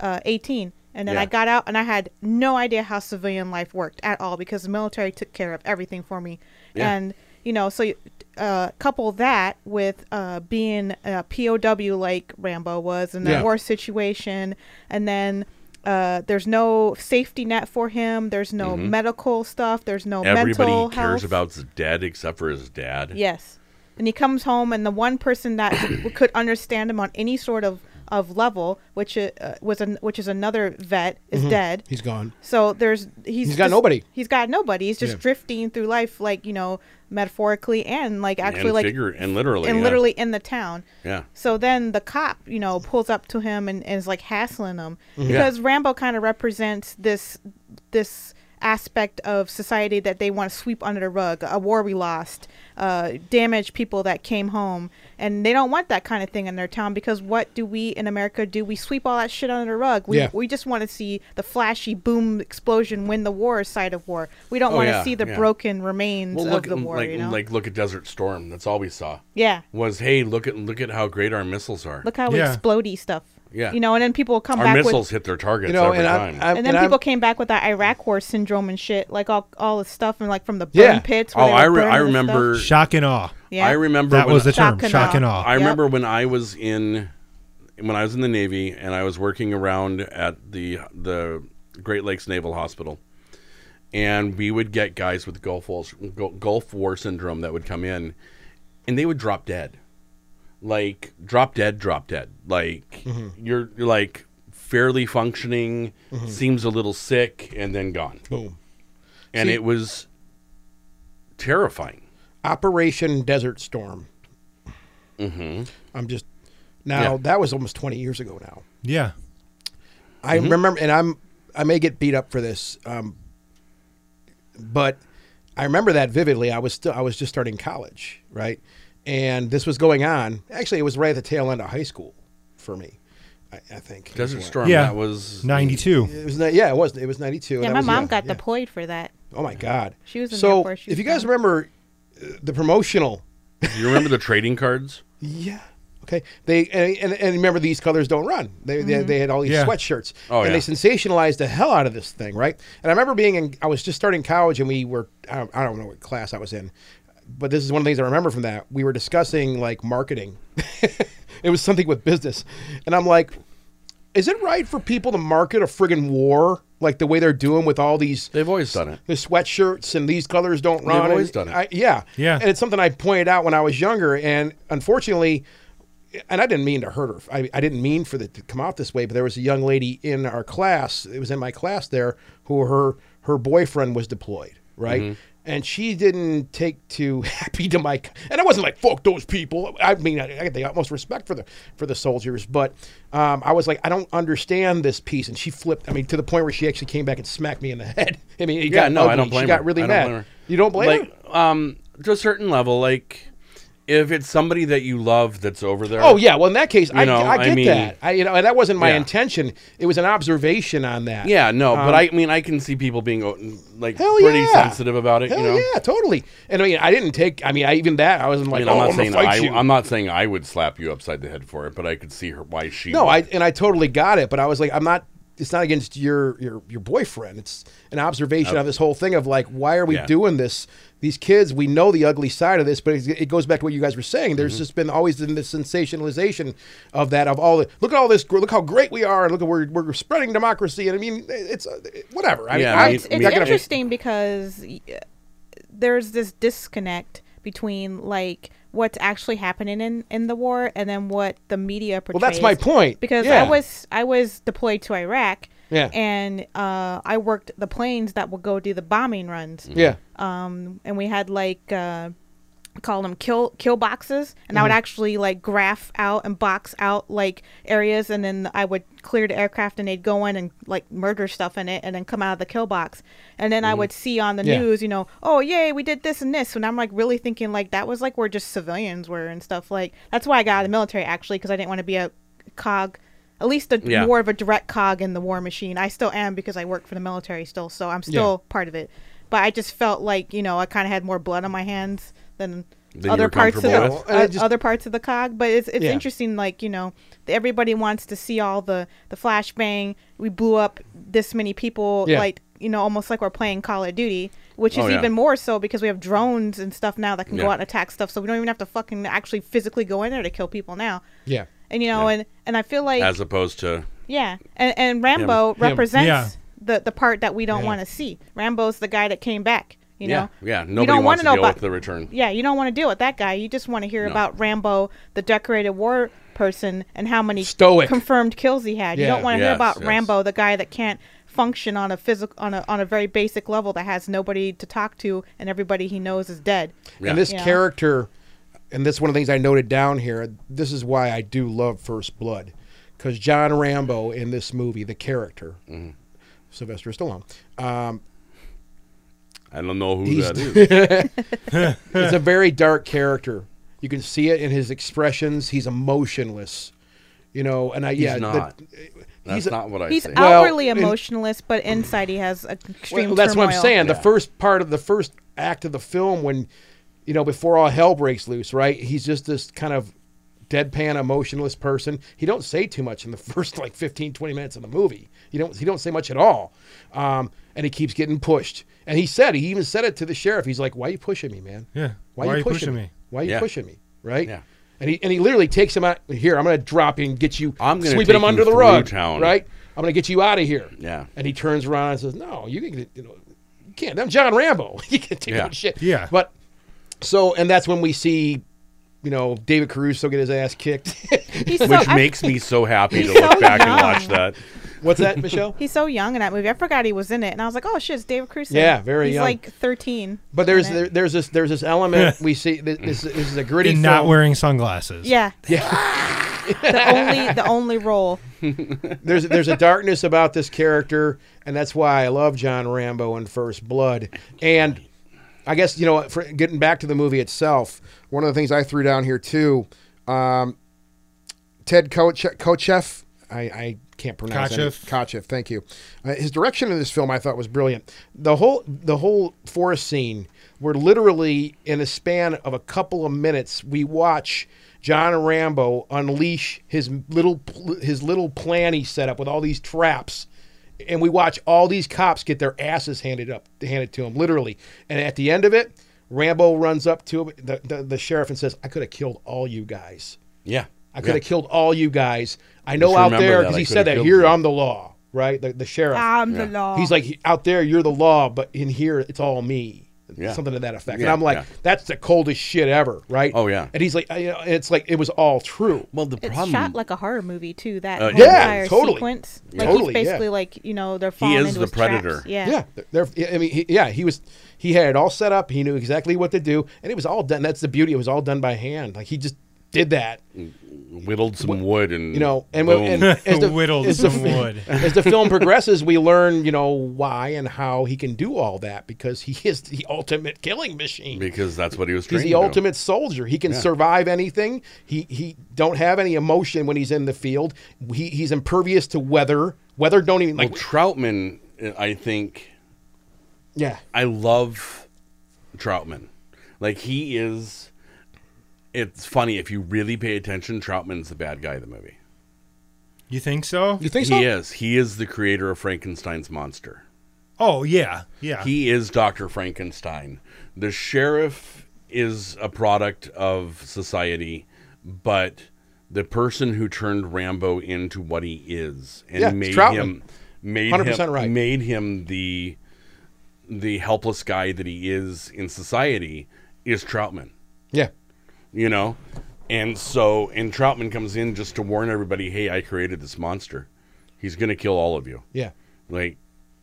D: uh, 18, and then
E: Yeah.
D: I got out and I had no idea how civilian life worked at all because the military took care of everything for me.
E: Yeah.
D: And you know, so you- uh, couple that with uh, being a POW like Rambo was in the
C: Yeah.
D: war situation, and then uh, there's no safety net for him. There's no medical stuff. There's no
E: Mm-hmm. everybody
D: mental
E: cares
D: health.
E: about his dead except for his dad.
D: Yes. And he comes home, and the one person that w- could understand him on any sort of, of level, which uh, was an, which is another vet, is
E: Mm-hmm.
D: dead.
C: he's gone.
D: So there's he's,
C: He's got
D: just-
C: nobody.
D: He's got nobody. He's just
C: Yeah.
D: drifting through life, like you know, metaphorically and like actually,
E: and
D: like
E: figure and literally,
D: and
E: yeah.
D: literally in the town.
E: Yeah.
D: So then the cop, you know, pulls up to him and, and is like hassling him
E: Mm-hmm.
D: because Rambo kind of represents this this aspect of society that they want to sweep under the rug, a war we lost, uh, damaged people that came home, and they don't want that kind of thing in their town because what do we in America do? We sweep all that shit under the rug. We
C: Yeah.
D: we just want to see the flashy boom explosion win the war side of war. We don't
E: Oh,
D: want to
E: yeah,
D: see the
E: yeah.
D: broken remains
E: Well, look
D: of the
E: at-
D: war.
E: like
D: you know,
E: like look at Desert Storm. That's all we saw.
D: yeah.
E: Was hey, look at look at how great our missiles are.
D: Look how
B: Yeah.
D: explodey stuff.
E: Yeah.
D: You know, and then people will come
E: our
D: back
E: missiles
D: with
E: hit their targets
C: You know,
E: every
C: and
E: time.
C: I'm, I'm,
D: and then
C: and
D: people
C: I'm,
D: came back with that Iraq War syndrome and shit, like all all the stuff and like from the burn
C: Yeah.
D: pits.
E: oh,
D: where they
E: I,
D: were
E: re- I
D: burning the stuff.
E: remember.
B: Shock and awe.
D: Yeah.
E: I remember
B: That
E: when
B: was
E: I-
B: the term.
D: Shock and
B: Shock and
D: awe.
B: awe.
E: I
D: Yep.
E: remember when I was in when I was in the Navy and I was working around at the the Great Lakes Naval Hospital, and we would get guys with Gulf War Gulf War syndrome that would come in, and they would drop dead, like drop dead, drop dead. Like
C: Mm-hmm.
E: you're you're like fairly functioning, seems a little sick, and then gone.
C: boom.
E: And
C: See-
E: it was terrifying.
C: Operation Desert Storm. Mm-hmm. I'm just now
E: Yeah.
C: that was almost 20 years ago now.
B: Yeah.
C: I
E: Mm-hmm.
C: remember, and I'm I may get beat up for this, um, but I remember that vividly. I was still I was just starting college, right, and this was going on. Actually, it was right at the tail end of high school for me. I, I think
E: Desert Storm.
B: Yeah.
E: That was
B: 92.
C: It was ni- yeah, it was it was 92.
D: Yeah,
C: That
D: my
C: was-
D: mom
C: yeah,
D: got
C: yeah.
D: deployed for that.
C: Oh my god.
D: She was in the
C: so.
D: Air Force. She
C: if
D: was
C: you guys
D: young.
C: remember uh, the promotional,
E: Do you remember the trading cards?
C: yeah. Okay. They and, and, and remember these colors don't run. They, they, they had all these
B: Yeah.
C: sweatshirts
E: Oh,
C: and they
E: yeah.
C: sensationalized the hell out of this thing, right? And I remember being in I was just starting college and we were I don't, I don't know what class I was in. But this is one of the things I remember from that. We were discussing like marketing. it was something with business. And I'm like, is it right for people to market a friggin' war like the way they're doing with all these
E: They've always done it.
C: the sweatshirts and these colors don't run.
E: always
C: and
E: done it.
C: I, yeah,
B: Yeah.
C: And it's something I pointed out when I was younger, and unfortunately, and I didn't mean to hurt her. I, I didn't mean for it to come out this way, but there was a young lady in our class. It was in my class there who her her boyfriend was deployed, right?
E: Mm-hmm.
C: And she didn't take too happy to my. And I wasn't like fuck those people. I mean, I, I got the utmost respect for the for the soldiers, but um, I was like, I don't understand this piece. And she flipped. I mean, to the point where she actually came back and smacked me in the head. I mean, it
E: Yeah,
C: got
E: no, I
C: ugly.
E: don't blame
C: She got
E: her.
C: really
E: I don't
C: mad.
E: blame her.
C: You don't blame her?
E: like um to a certain level like if it's somebody that you love that's over there.
C: Oh yeah, well in that case, I,
E: know,
C: I
E: I
C: get
E: mean-
C: that. I, you know, and that wasn't my
E: Yeah.
C: intention. It was an observation on that.
E: Yeah, no,
C: Um,
E: but I mean, I can see people being oh, like
C: Hell
E: pretty
C: yeah.
E: sensitive about it.
C: Hell
E: you know,
C: yeah, totally. And I mean, I didn't take. I mean, I, even that, I wasn't
E: I
C: like,
E: mean, I'm
C: oh,
E: not
C: I'm gonna
E: saying
C: fight
E: I,
C: you.
E: I'm not saying I would slap you upside the head for it, but I could see her why she.
C: no,
E: would.
C: I and I totally got it, but I was like, I'm not. It's not against your your your boyfriend. It's an observation of this whole thing of like, why are we
E: Yeah.
C: doing this? These kids, we know the ugly side of this, but it, it goes back to what you guys were saying. There's
E: Mm-hmm.
C: just been always been this sensationalization of that of all the look at all this, gr- look how great we are, and look at we're we're spreading democracy. And I mean, it's uh, whatever. I
E: Yeah,
C: mean,
E: I
C: I'm
E: mean,
D: it's
E: I
D: it's
E: mean-
C: not gonna-
D: interesting because y- there's this disconnect between like what's actually happening in, in the war and then what the media portrays.
C: Well, that's my point.
D: Because
C: Yeah.
D: I was I was deployed to Iraq.
C: Yeah.
D: And uh, I worked the planes that would go do the bombing runs.
C: Yeah.
D: Um, and we had like uh, we call them kill kill boxes, and I would actually like graph out and box out like areas, and then I would clear the aircraft, and they'd go in and like murder stuff in it, and then come out of the kill box, and then I would see on the
C: Yeah.
D: news, you know, oh yay, we did this and this, and I'm like really thinking like that was like where just civilians were and stuff like that's why I got out of the military actually because I didn't want to be a cog. At least a,
E: Yeah.
D: more of a direct cog in the war machine. I still am because I work for the military still, so I'm still part of it. But I just felt like you know I kind of had more blood on my hands than
E: Than you
D: other
E: were
D: parts of the
E: comfortable
C: with? Yeah, I
D: o-
C: just-
D: other parts of the cog. But it's it's
C: Yeah.
D: interesting, like you know, th- everybody wants to see all the the flashbang. We blew up this many people,
C: Yeah.
D: like you know, almost like we're playing Call of Duty, which is
E: Oh, yeah.
D: even more so because we have drones and stuff now that can go
E: Yeah.
D: out and attack stuff. So we don't even have to fucking actually physically go in there to kill people now.
C: Yeah.
D: And you know, and and I feel like
E: as opposed to
D: yeah, and and Rambo represents
B: Yeah.
D: the the part that we don't
C: Yeah.
D: want to see. Rambo's the guy that came back. You
E: yeah,
D: know,
E: yeah.
D: You
E: Nobody
D: don't want
E: wants
D: to
E: to
D: know
E: deal
D: about
E: with the return.
D: yeah, you don't want to deal with that guy. You just want to hear
E: No.
D: about Rambo, the decorated war person, and how many
C: Stoic.
D: confirmed kills he had. You
C: Yeah.
D: don't want to hear
E: Yes,
D: about
E: yes.
D: Rambo, the guy that can't function on a physical on a on a very basic level that has nobody to talk to and everybody he knows is dead.
E: Yeah.
C: And this
D: Yeah.
C: character, and this is one of the things I noted down here. This is why I do love First Blood, because John Rambo in this movie, the character,
E: Mm-hmm.
C: Sylvester Stallone, um,
E: I don't know who
C: He's-
E: that is.
C: is a very dark character. You can see it in his expressions. He's emotionless, you know. And I yeah, the-
E: not. That's
C: he's a-
E: not what I
D: He's
E: say.
C: Well,
D: outwardly
C: and-
D: emotionless, but inside he has a extreme.
C: Well, that's what I'm
D: turmoil.
C: saying. The
E: Yeah.
C: first part of the first act of the film, when you know, before all hell breaks loose, right? He's just this kind of deadpan, emotionless person. He don't say too much in the first like 15, 20 minutes of the movie. You don't he don't say much at all, um, and he keeps getting pushed. And he said he even said it to the sheriff. He's like, "Why are you pushing me, man?
B: Yeah.
C: Why, are you pushing, me? Why are you
E: Yeah.
C: pushing me? Right?
E: Yeah.
C: And he and he literally takes him out here. I'm going to drop you and get you.
E: I'm gonna
C: sweeping him
E: take
C: under
E: you
C: the
E: through
C: rug,
E: town.
C: right? I'm going to get you out of here.
E: Yeah.
C: And he turns around and says, "No, you can, you know, you can't. I'm John Rambo. you can't take
E: Yeah.
C: that shit."
B: Yeah.
C: But so, and that's when we see, you know, David Caruso get his ass kicked.
D: He's so,
E: Which
D: I-
E: makes me so happy to
D: He's
E: look
D: so
E: back and
D: young.
E: watch that.
C: What's that, Michelle?
D: He's so young in that movie. I forgot he was in it, and I was like, "Oh shit, it's David Crusoe."
C: Yeah, very
D: He's
C: young.
D: like thirteen.
C: But there's
D: in it.
C: there, there's this there's this element we see. This, this, this is a gritty
B: And not
C: film.
B: wearing sunglasses.
D: yeah,
C: Yeah.
D: the only the only role.
C: There's there's a darkness about this character, and that's why I love John Rambo in First Blood. And I guess you know, for getting back to the movie itself, one of the things I threw down here too, um, Ted Koch- Kochev. I, I can't pronounce any-
B: Kochev.
C: Kochev, thank you. Uh, his direction in this film I thought was brilliant. The whole the whole forest scene where literally in a span of a couple of minutes we watch John Rambo unleash his little pl- his little plan he set up with all these traps and we watch all these cops get their asses handed up handed to them literally and at the end of it Rambo runs up to the, the, the sheriff and says I could have killed all you guys
E: Yeah,
C: I could have
E: Yeah.
C: killed all you guys. I know out
E: remember
C: there
E: that.
C: because
E: I
C: he
E: coulda
C: said that
E: killed
C: here
E: you."
C: I'm the law, right? The, the sheriff.
D: I'm the law.
C: He's like "He- out there you're the law, but in here it's all me.
E: Yeah.
C: Something to that effect. and
E: Yeah,
C: I'm like,
E: yeah.
C: that's the coldest shit ever, right?
E: Oh, yeah.
C: And he's like, I- you know, it's like it was all true.
E: Well, the
D: It's
E: problem
D: shot like a horror movie too. That whole
E: yeah.
D: entire
C: Uh, totally.
D: sequence,
C: Yeah.
D: like
C: Totally,
D: he's
C: yeah.
D: basically like you know they're falling
E: is
D: into
E: the
D: his traps.
E: predator.
D: Yeah.
C: Yeah, there. I mean, he, yeah, he was. He had it all set up. He knew exactly what to do, and it was all done. That's the beauty. It was all done by hand. Like he just did that.
E: whittled some wood and
C: you know, and, we-
E: boom.
C: and as the,
B: Whittled
C: as the-
B: some wood.
C: as the film progresses, we learn, you know, why and how he can do all that because he is the ultimate killing machine.
E: because that's what he was
C: He's
E: trained
C: the
E: to do.
C: ultimate soldier. He can survive anything. He he don't have any emotion when he's in the field. He, he's impervious to weather. Weather don't even
E: Like
C: like
E: Troutman, uh, I think
C: yeah.
E: I love Troutman. Like he is. It's funny if you really pay attention. Troutman's the bad guy of the movie.
B: You think so?
C: You think so?
E: He is. He is the creator of Frankenstein's monster.
B: Oh yeah, yeah.
E: He is Dr. Frankenstein. The sheriff is a product of society, but the person who turned Rambo into what he is and
C: Yeah, it's
E: made
C: Troutman.
E: him made
C: 100%
E: him
C: right.
E: made him the the helpless guy that he is in society is Troutman
C: Yeah.
E: you know and so and troutman comes in just to warn everybody hey i created this monster he's gonna kill all of you
C: Yeah.
E: like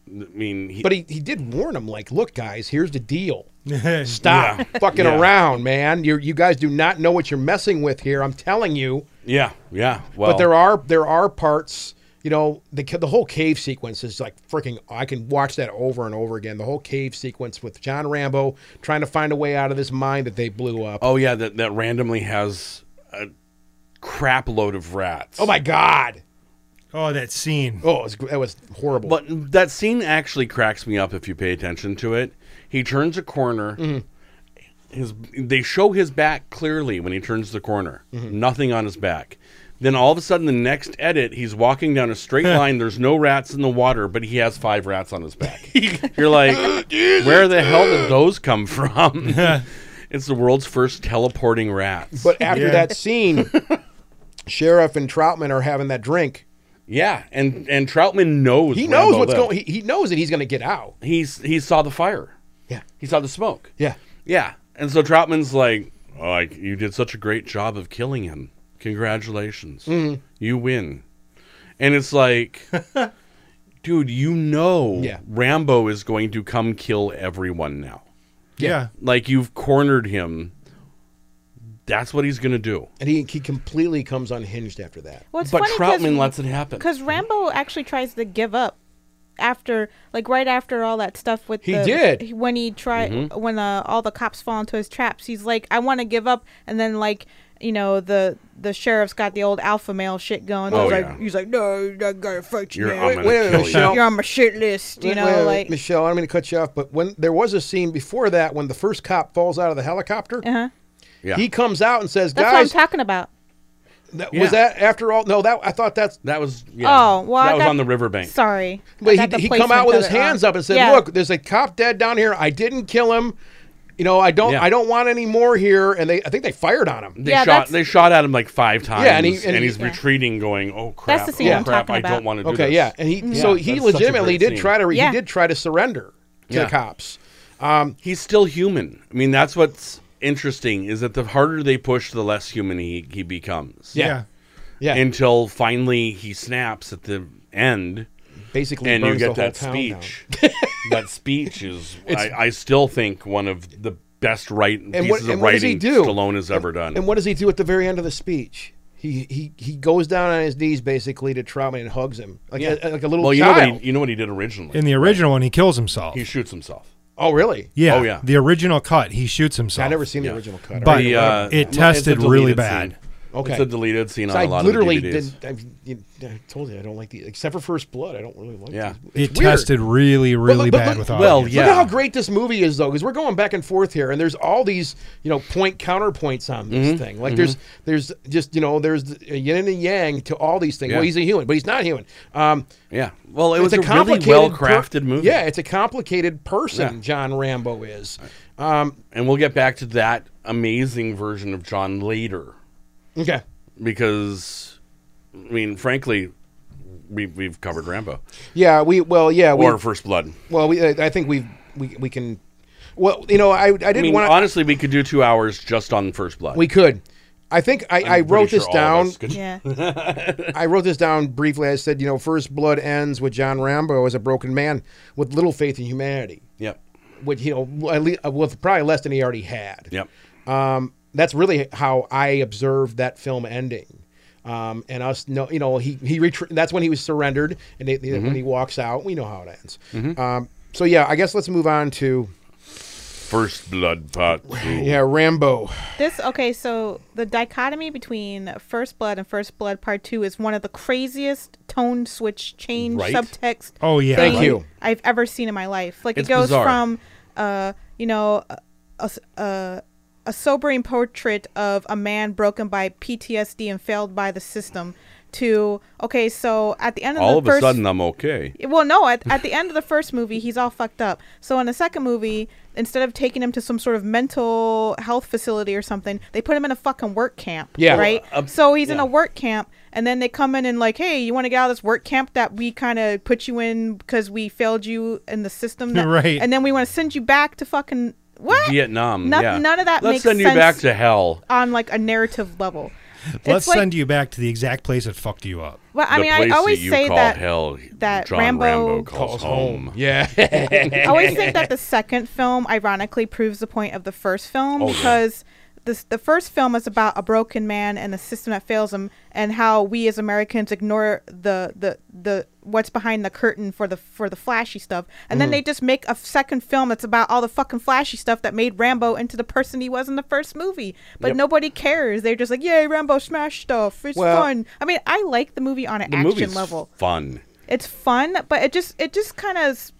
E: i mean he,
C: But he, he did warn him, like, look, guys, here's the deal.
B: Yes.
C: Stop fucking
E: Yeah.
C: around, man. You you guys do not know what you're messing with here. I'm telling you.
E: yeah yeah well
C: But there are there are parts, you know, the ca- the whole cave sequence is like freaking. I can watch that over and over again. The whole cave sequence with John Rambo trying to find a way out of this mine that they blew up.
E: oh yeah that, that randomly has a crap load of rats
C: Oh my god!
B: Oh, that scene.
C: Oh, it was, that was horrible.
E: but that scene actually cracks me up if you pay attention to it he turns a corner his they show his back clearly when he turns the corner. Nothing on his back. Then all of a sudden, the next edit, he's walking down a straight line. There's no rats in the water, but he has five rats on his back. You're like, where the hell did those come from? it's the world's first teleporting rats.
C: But after
B: Yeah.
C: that scene, Sheriff and Troutman are having that drink.
E: yeah, and and Troutman knows.
C: He
E: Rambo
C: knows what's
E: lived.
C: going. He, he knows that he's going to get out.
E: He's he saw the fire.
C: Yeah.
E: He saw the smoke.
C: Yeah.
E: Yeah. And so Troutman's like, oh, I, you did such a great job of killing him. Congratulations.
C: Mm-hmm.
E: You win. And it's like, dude, you know
C: Yeah.
E: Rambo is going to come kill everyone now.
B: Yeah.
E: Like, you've cornered him. That's what he's going to do.
C: And he, he completely comes unhinged after that.
D: What's
E: but
D: funny 'cause-
E: Troutman lets it happen.
D: because Rambo actually tries to give up after, like, right after all that stuff with
C: He
D: the,
C: did.
D: he- when he tried
E: Mm-hmm.
D: when uh, all the cops fall into his traps. He's like, I want to give up, and then like you know the the sheriff's got the old alpha male shit going.
E: Oh,
D: he's
E: yeah.
D: like, he's like, no, I gotta fight you.
E: You're,
D: now.
E: I'm gonna
C: wait a minute,
E: kill you.
C: Michelle.
D: You're on my shit list, you
C: Wait,
D: know,
C: wait, wait,
D: like
C: Michelle, I don't mean to cut you off, but when there was a scene before that when the first cop falls out of the helicopter,
D: uh-huh.
E: Yeah.
C: he comes out and says,
D: that's what I'm
C: "Guys,
D: talking about.
C: that-
E: Yeah.
C: was that after all? No, that I thought that's."
E: that was, yeah,
D: Oh, well,
E: that
D: I
E: was
D: got-
E: on the riverbank.
D: Sorry, I
C: But
D: got the
C: he he come
D: placement
C: out with
D: of
C: his
D: it wrong.
C: hands up and said,
D: Yeah.
C: "Look, there's a cop dead down here. I didn't kill him. You know, I don't
E: Yeah.
C: I don't want any more here." And they I think they fired on him.
E: They
D: Yeah,
E: shot.
D: that's-
E: They shot at him like five times.
C: Yeah, and he-
E: and,
C: and he-
E: he's
D: Yeah.
E: retreating, going, "Oh crap!
D: the scene
E: oh
D: I'm
E: crap!
D: talking
E: I don't
D: about.
E: want to do
C: Okay,
E: this."
C: yeah, and he so he
E: that's such a
C: legitimately did
E: great scene.
C: try to re-
D: Mm-hmm. Yeah.
C: he did try to surrender to
E: Yeah.
C: the cops.
E: he's still human. I mean, that's what's interesting is that the harder they push, the less human he, he becomes.
C: Yeah. Yeah,
E: Until finally he snaps at the end,
C: basically
E: and you
C: burns
E: get
C: the whole
E: that
C: town
E: speech. that speech is, I, I still think, one of the best write, pieces
C: what-
E: of
C: and what does he
E: writing
C: do?
E: Stallone has ever done.
C: And what does he do at the very end of the speech? He he he goes down on his knees basically to Troutman and hugs him like a, like a little
E: well, you know
C: child.
E: what he, you know what he did originally.
B: In the original one, he kills himself.
E: he shoots himself.
C: oh, really?
B: yeah.
E: Oh, yeah.
B: The original cut, he shoots himself.
C: I never seen
E: Yeah.
C: the original cut.
B: But-
C: All
E: The,
C: whatever.
E: uh,
B: It
E: it's a
B: tested really
E: deleted
B: bad.
E: scene.
C: Okay.
E: It's a deleted scene on
C: So I
E: a lot
C: literally
E: of the DVDs.
C: didn't. I've, you, I told you I don't like these, except for First Blood. I don't really like.
E: Yeah.
C: these.
B: It
C: It's weird.
B: tested really,
C: But
B: really
C: look- but
B: bad
C: look-
B: with
E: well,
B: audience.
E: yeah.
C: Look at how great this movie is, though, because we're going back and forth here, and there's all these, you know, point counterpoints on
E: Mm-hmm.
C: this thing. Like there's, there's just, you know, there's a yin and a yang to all these things.
E: Yeah.
C: Well, he's a human, but he's not human. Um,
E: Yeah. Well, it
C: it's
E: was
C: a
E: a, really
C: complicated,
E: well
C: per-
E: crafted movie.
C: Yeah, it's a complicated person.
E: Yeah.
C: John Rambo is. Um,
E: and we'll get back to that amazing version of John later
C: okay.
E: because I mean frankly we we've covered Rambo
C: Yeah, we well, yeah, we
E: or First Blood.
C: well, we I think we've we we can. Well, you know, I I didn't
E: I mean
C: want to.
E: honestly we could do 2 hours just on First Blood.
C: We could. I think I, I
E: I'm
C: wrote
E: pretty
C: this
E: sure all
C: down.
E: of us could-
D: Yeah,
C: I wrote this down briefly. I said, you know, First Blood ends with John Rambo as a broken man with little faith in humanity,
E: Yep.
C: which you know, at least, with probably less than he already had.
E: Yep.
C: Um, that's really how I observed that film ending. Um, and us, no, you know, he he retr- that's when he was surrendered, and they, they-
E: Mm-hmm.
C: when he walks out, we know how it ends. Um, so yeah, I guess let's move on to
E: First Blood Part Two.
C: yeah Rambo.
D: This okay, so the dichotomy between First Blood and First Blood Part Two is one of the craziest tone switch change
E: Right?
D: subtext.
B: Oh, yeah.
C: Thank
D: thing
C: you.
D: I've ever seen in my life. Like
E: It's
D: it goes
E: bizarre.
D: from, uh, you know, a- a, s- a- a sobering portrait of a man broken by PTSD and failed by the system, to okay, so at the end of
E: All
D: the
E: of a
D: first,
E: sudden, I'm okay.
D: well, no, at, at the end of the first movie, he's all fucked up. So in the second movie, instead of taking him to some sort of mental health facility or something, they put him in a fucking work camp.
C: Yeah.
D: Right?
E: Uh,
D: so he's in
E: yeah.
D: a work camp, and then they come in and, like, hey, you want to get out of this work camp that we kind of put you in because we failed you in the system? That,
B: Right.
D: And then we want to send you back to fucking. What?
E: Vietnam.
D: Noth-
E: yeah.
D: none of that
E: Let's
D: makes
E: send you
D: sense.
E: back to hell.
D: On, like, a narrative level.
B: Let's
D: it's like,
B: send you back to the exact place that fucked you up.
D: Well, I
E: the
D: mean,
E: place
D: I always
E: that you
D: say
E: call
D: that.
E: hell.
D: that
E: John
D: Rambo
E: calls, home.
C: Yeah,
D: I always think that the second film ironically proves the point of the first film
E: Oh, yeah.
D: because this, the first film is about a broken man and the system that fails him and how we as Americans ignore the the, the what's behind the curtain for the for the flashy stuff and
E: Mm.
D: then they just make a second film that's about all the fucking flashy stuff that made Rambo into the person he was in the first movie but
E: Yep.
D: nobody cares they're just like yay Rambo smash stuff it's
C: Well-
D: fun I mean I like the movie on an
E: The
D: action
E: movie's
D: level
E: fun.
D: it's fun, but it just it just kind of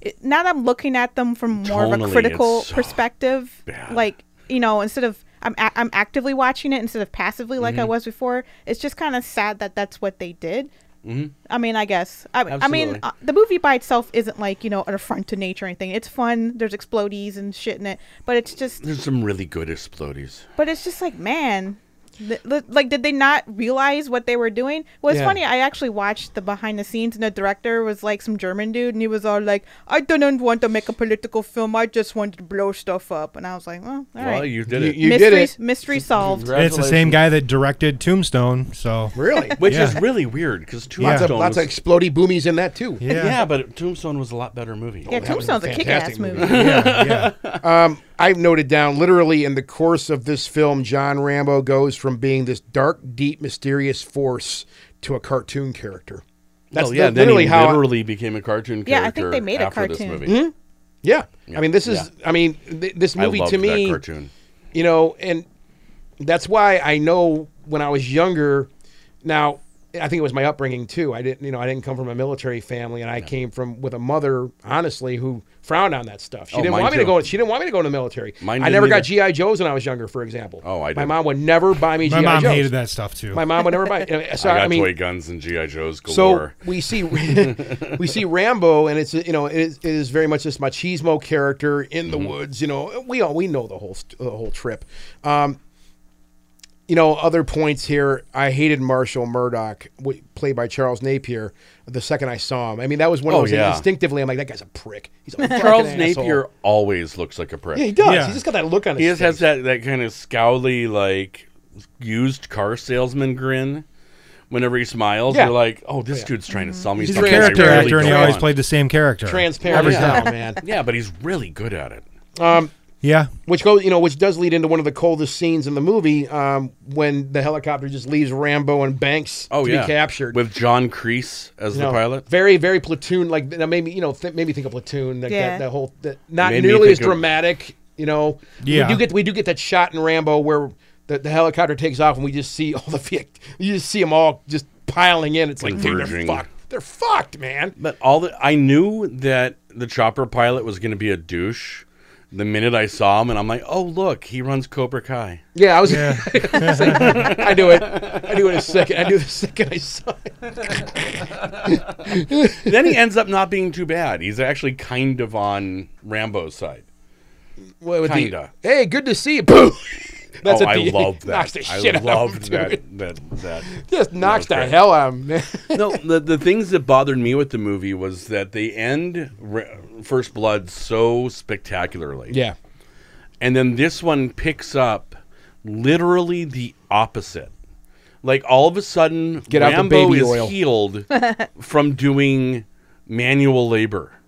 D: it, now that I'm looking at them from more
E: Tonally,
D: of a
E: it's
D: critical
E: so
D: perspective,
E: bad.
D: like you know, instead of I'm a- I'm actively watching it instead of passively like I
E: Mm-hmm.
D: was before. It's just kind of sad that that's what they did. Mm-hmm. I mean, I guess. I, I mean,
E: Absolutely.
D: uh, the movie by itself isn't like you know an affront to nature or anything. It's fun. There's explodies and shit in it, but it's just
E: There's some really good explodies.
D: but it's just like, man, th- th- like, did they not realize what they were doing? Well, it's
C: Yeah.
D: funny. I actually watched the behind the scenes, and the director was like some German dude, and he was all like, "I didn't want to make a political film. I just wanted to blow stuff up." And I was like, "Well, all right,
E: Well, you did
C: you,
E: it.
C: you
D: mystery,
C: did it.
D: mystery solved."
B: And it's the same guy that directed Tombstone. So
C: Really?
E: Which is
B: Yeah.
E: really weird because
C: Lots
E: Tombstone.
C: of lots of
E: was-
C: explodey boomies in that too.
E: yeah.
B: Yeah.
E: but Tombstone was a lot better movie.
D: Yeah,
C: that was a
D: Tombstone's a kick-ass
C: fantastic
D: movie.
C: movie.
B: yeah, yeah.
C: I've noted down literally in the course of this film, John Rambo goes from being this dark, deep, mysterious force to a cartoon character. That's
E: Well, yeah,
C: li-
E: then
C: literally
E: he
C: how.
E: literally became a cartoon character.
D: Yeah, I think they made a
E: after This
D: cartoon.
E: movie.
C: yeah. I mean, this is.
E: Yeah.
C: I mean, th- this
E: I
C: movie
E: loved
C: to me,
E: that cartoon.
C: you know, and that's why I know when I was younger. Now, I think it was my upbringing too. I didn't, you know, I didn't come from a military family, and I came from with a mother, honestly, who frowned on that stuff. She
E: Oh,
C: didn't
E: mine
C: want me to
E: too.
C: go. She didn't want me to go in the military.
E: Mine
C: I
E: didn't
C: never got
E: either.
C: GI Joes when I was younger, for example.
E: Oh, I
C: My
E: didn't.
C: mom would never buy me
B: My
C: GI
B: mom
C: Joes.
B: hated that stuff too.
C: My mom would never buy. uh, So,
E: I
C: I,
E: got
C: mean,
E: toy guns and GI Joes
C: so
E: galore.
C: we see we see Rambo, and it's you know it is, it is very much this machismo character in
E: Mm-hmm.
C: the woods. You know, we all we know the whole st- the whole trip. Um, you know, other points here. I hated Marshall Murdoch, w- played by Charles Napier. The second I saw him, I mean, that was one of
E: Oh,
C: those
E: yeah.
C: instinctively. I'm like, that guy's a prick. He's a fucking
E: Charles
C: asshole.
E: Napier always looks like a prick.
C: Yeah, he does.
B: Yeah.
C: He's just got that look on his.
E: He just has
C: face.
E: that, that kind of scowly, like used car salesman grin. Whenever he smiles,
C: Yeah.
E: you're like, "Oh, this dude's trying to sell me
B: Mm-hmm. He's a
E: something." I
B: character
E: really
B: actor, and he
E: don't
B: always
E: want."
B: played the same character.
C: transparent
E: Every
C: as hell, man.
E: Yeah, but he's really good at it.
B: Yeah.
C: which goes, you know, which does lead into one of the coldest scenes in the movie um, when the helicopter just leaves Rambo and Banks
E: Oh
C: to
E: yeah,
C: be captured.
E: with John Creese as
C: You
E: the
C: know,
E: pilot.
C: very, very platoon. Like that made me, you know, th- made me think of platoon. Like
D: Yeah.
C: that, that whole, that, not
E: Made me
C: nearly
E: think
C: as
E: of-
C: dramatic. You know,
B: Yeah.
C: we do get we do get that shot in Rambo where the, the helicopter takes off and we just see all the vehic- you just see them all just piling in. It's like dude, they're
E: Converging.
C: fucked. They're fucked, man.
E: But all the I knew that the chopper pilot was going to be a douche. The minute I saw him, and I'm like, "Oh, look, he runs Cobra Kai."
C: Yeah, I was. I, was like, I knew it. I knew it a second. I knew the second I saw it.
E: then he ends up not being too bad. He's actually kind of on Rambo's side.
C: What would the-
E: Kinda.
C: hey, good to see you. Boo. That's
E: oh,
C: what
E: I
C: the-
E: love that.
C: Knocks the shit out
E: I
C: of him,
E: loved
C: dude.
E: that, that. That
C: Just
E: that
C: knocks
E: was
C: the
E: great.
C: hell out of him. man.
E: no, the the things that bothered me with the movie was that they end Ra- First Blood so spectacularly.
C: yeah.
E: And then this one picks up literally the opposite. Like all of a sudden,
C: Get out the
E: Rambo
C: baby
E: is
C: oil.
E: healed from doing manual labor.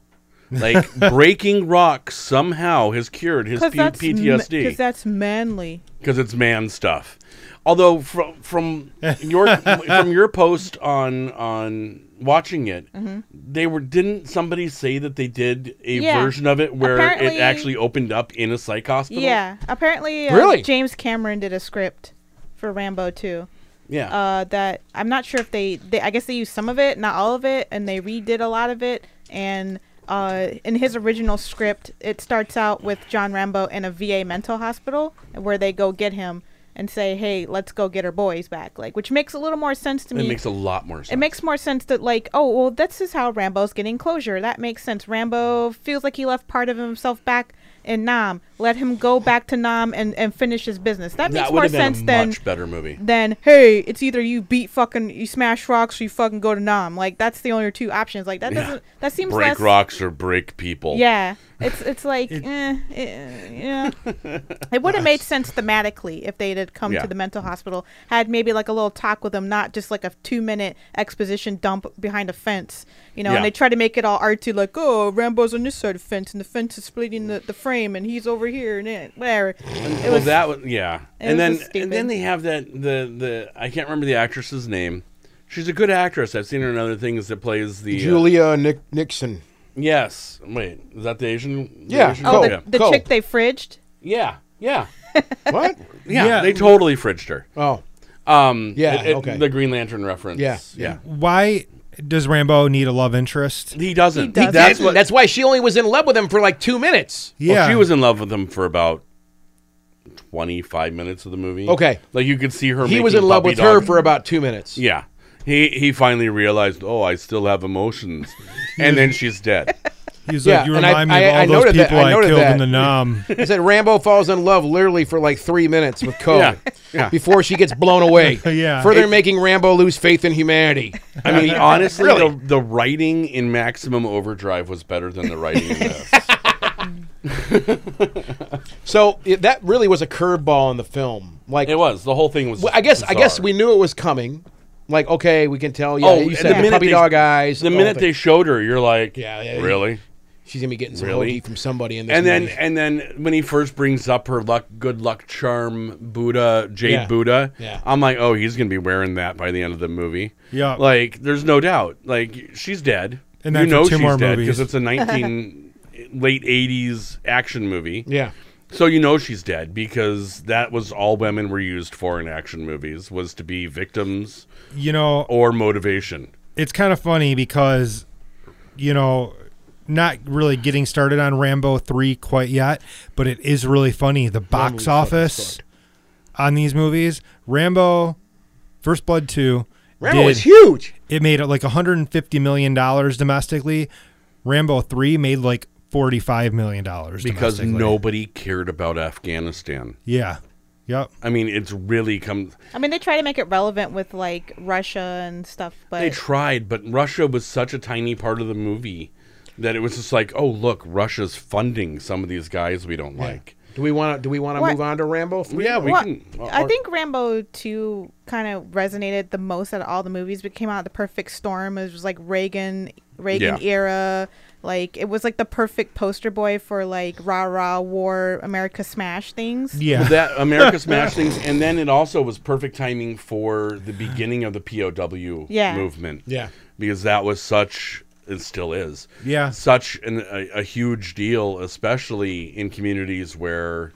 E: Like breaking rocks somehow has cured his
D: Because
E: P-
D: that's
E: PTSD.
D: because that's manly.
E: because it's man stuff. Although from from your from your post on on watching it,
D: Mm-hmm.
E: they were didn't somebody say that they did a
D: Yeah.
E: version of it where
D: Apparently-
E: it actually opened up in a psych hospital?
D: Yeah, apparently uh,
C: Really?
D: James Cameron did a script for Rambo 2.
E: yeah.
D: Uh, that I'm not sure if they, they I guess they used some of it, not all of it, and they redid a lot of it. And uh, in his original script, it starts out with John Rambo in a VA mental hospital where they go get him and say, "Hey, let's go get our boys back." Like, which makes a little more sense to
E: it
D: me.
E: makes a lot more sense.
D: It makes more sense that like, oh well, this is how Rambo's getting closure. That makes sense. Rambo feels like he left part of himself back in Nam. Let him go back to Nam and, and finish his business. That makes
E: that would
D: more
E: have been
D: sense
E: a
D: than
E: much better movie.
D: than hey, it's either you beat fucking you smash rocks or you fucking go to Nam. Like that's the only two options. Like that
E: Yeah.
D: doesn't that seems
E: Break
D: less
E: rocks or break people.
D: yeah, it's it's like eh, eh, yeah. It would have made sense thematically if they had come
E: Yeah.
D: to the mental hospital, had maybe like a little talk with them, not just like a two minute exposition dump behind a fence, you know.
E: Yeah.
D: And they try to make it all artsy, like oh, Rambo's on this side of the fence, and the fence is splitting the, the frame, and he's over here, and it, whatever. It
E: well,
D: was
E: that was yeah, and
D: was
E: then
D: just
E: and then
D: stupid.
E: they have that the the I can't remember the actress's name. She's a good actress. I've seen her in other things that plays the uh,
C: Julia Nick- Nixon.
E: yes, wait, is that the Asian? the
C: Yeah.
E: Asian
D: oh,
E: girl?
C: Go,
D: the, the
C: go.
D: chick they fridged.
E: yeah, yeah,
C: What?
E: yeah,
B: Yeah.
E: They totally fridged her.
C: Oh,
E: Um,
C: Yeah,
E: it- it-
C: okay.
E: The Green Lantern reference.
C: Yeah,
E: yeah.
B: Why does Rambo need a love interest?
E: He doesn't.
D: He doesn't.
E: That's
C: that's
E: what.
C: That's why she only was in love with him for like two minutes.
E: well,
B: Yeah,
E: she was in love with him for about. 25 minutes of the movie.
C: Okay.
E: Like you could see her
C: He was
E: making
C: in love
E: puppy
C: with her
E: dog-
C: for about two minutes.
E: Yeah. He he finally realized, "Oh, I still have emotions." and then she's dead.
B: He was
C: Yeah,
B: like, "You
C: and I-
B: remind me
C: I-
B: of all
C: I
B: those
C: noted that-
B: people
C: I
B: I,
C: noted
B: killed
C: that.
B: in the Nam."
C: He said Rambo falls in love literally for like three minutes with Cole
E: Yeah, yeah.
C: before she gets blown away.
B: Yeah.
C: Further making Rambo lose faith in humanity.
E: I mean, honestly, the, the writing in Maximum Overdrive was better than the writing in this.
C: So it, that really was a curveball in the film. Like
E: It was. The whole thing was.
C: Well, I guess I guess
E: bizarre.
C: we knew it was coming. Like, okay, we can tell. Yeah,
E: Oh,
C: you
E: and
C: said
E: the minute
C: puppy
E: they-
C: dog eyes.
E: The
C: whole
E: minute
C: thing.
E: they showed her, you're like,
C: Yeah, yeah, yeah.
E: really?
C: she's gonna be getting some
E: Really?
C: OD from somebody in this.
E: And then,
C: movie.
E: and then when he first brings up her luck, good luck charm, Buddha, Jade
C: Yeah.
E: Buddha,
C: Yeah.
E: I'm like, oh, he's gonna be wearing that by the end of the movie.
B: Yeah.
E: like there's no doubt. Like she's dead.
B: And then
E: you
B: for
E: know
B: two
E: she's
B: more
E: dead
B: movies.
E: because it's a 19 late 80s action movie.
C: yeah,
E: So you know she's dead because that was all women were used for in action movies was to be victims
B: You know,
E: or motivation.
B: it's kind of funny because you know not really getting started on rambo 3 quite yet but it is really funny the box office on these movies rambo first blood 2
C: Rambo
B: did-
C: was huge.
B: it made like 150 million dollars domestically rambo 3 made like 45 million dollars
E: Because nobody cared about Afghanistan.
B: yeah yep
E: I mean, it's really come.
D: I mean, they try to make it relevant with like Russia and stuff, but
E: They tried, but Russia was such a tiny part of the movie that it was just like, oh look, Russia's funding some of these guys we don't like.
C: Do we want to? Do we want to
D: What?
C: move on to Rambo? Three?
E: Yeah, we
D: Well,
E: can. or-
D: I think Rambo 2 kind of resonated the most out of all the movies. It came out the perfect storm. It was like Reagan, Reagan
E: Yeah.
D: era. Like it was like the perfect poster boy for like rah rah war America smash things.
B: yeah
E: Well, that America Smash things, and then it also was perfect timing for the beginning of the POW
D: Yeah.
E: movement.
C: Yeah.
E: because that was such, it still is.
B: Yeah.
E: such an, a, a huge deal, especially in communities where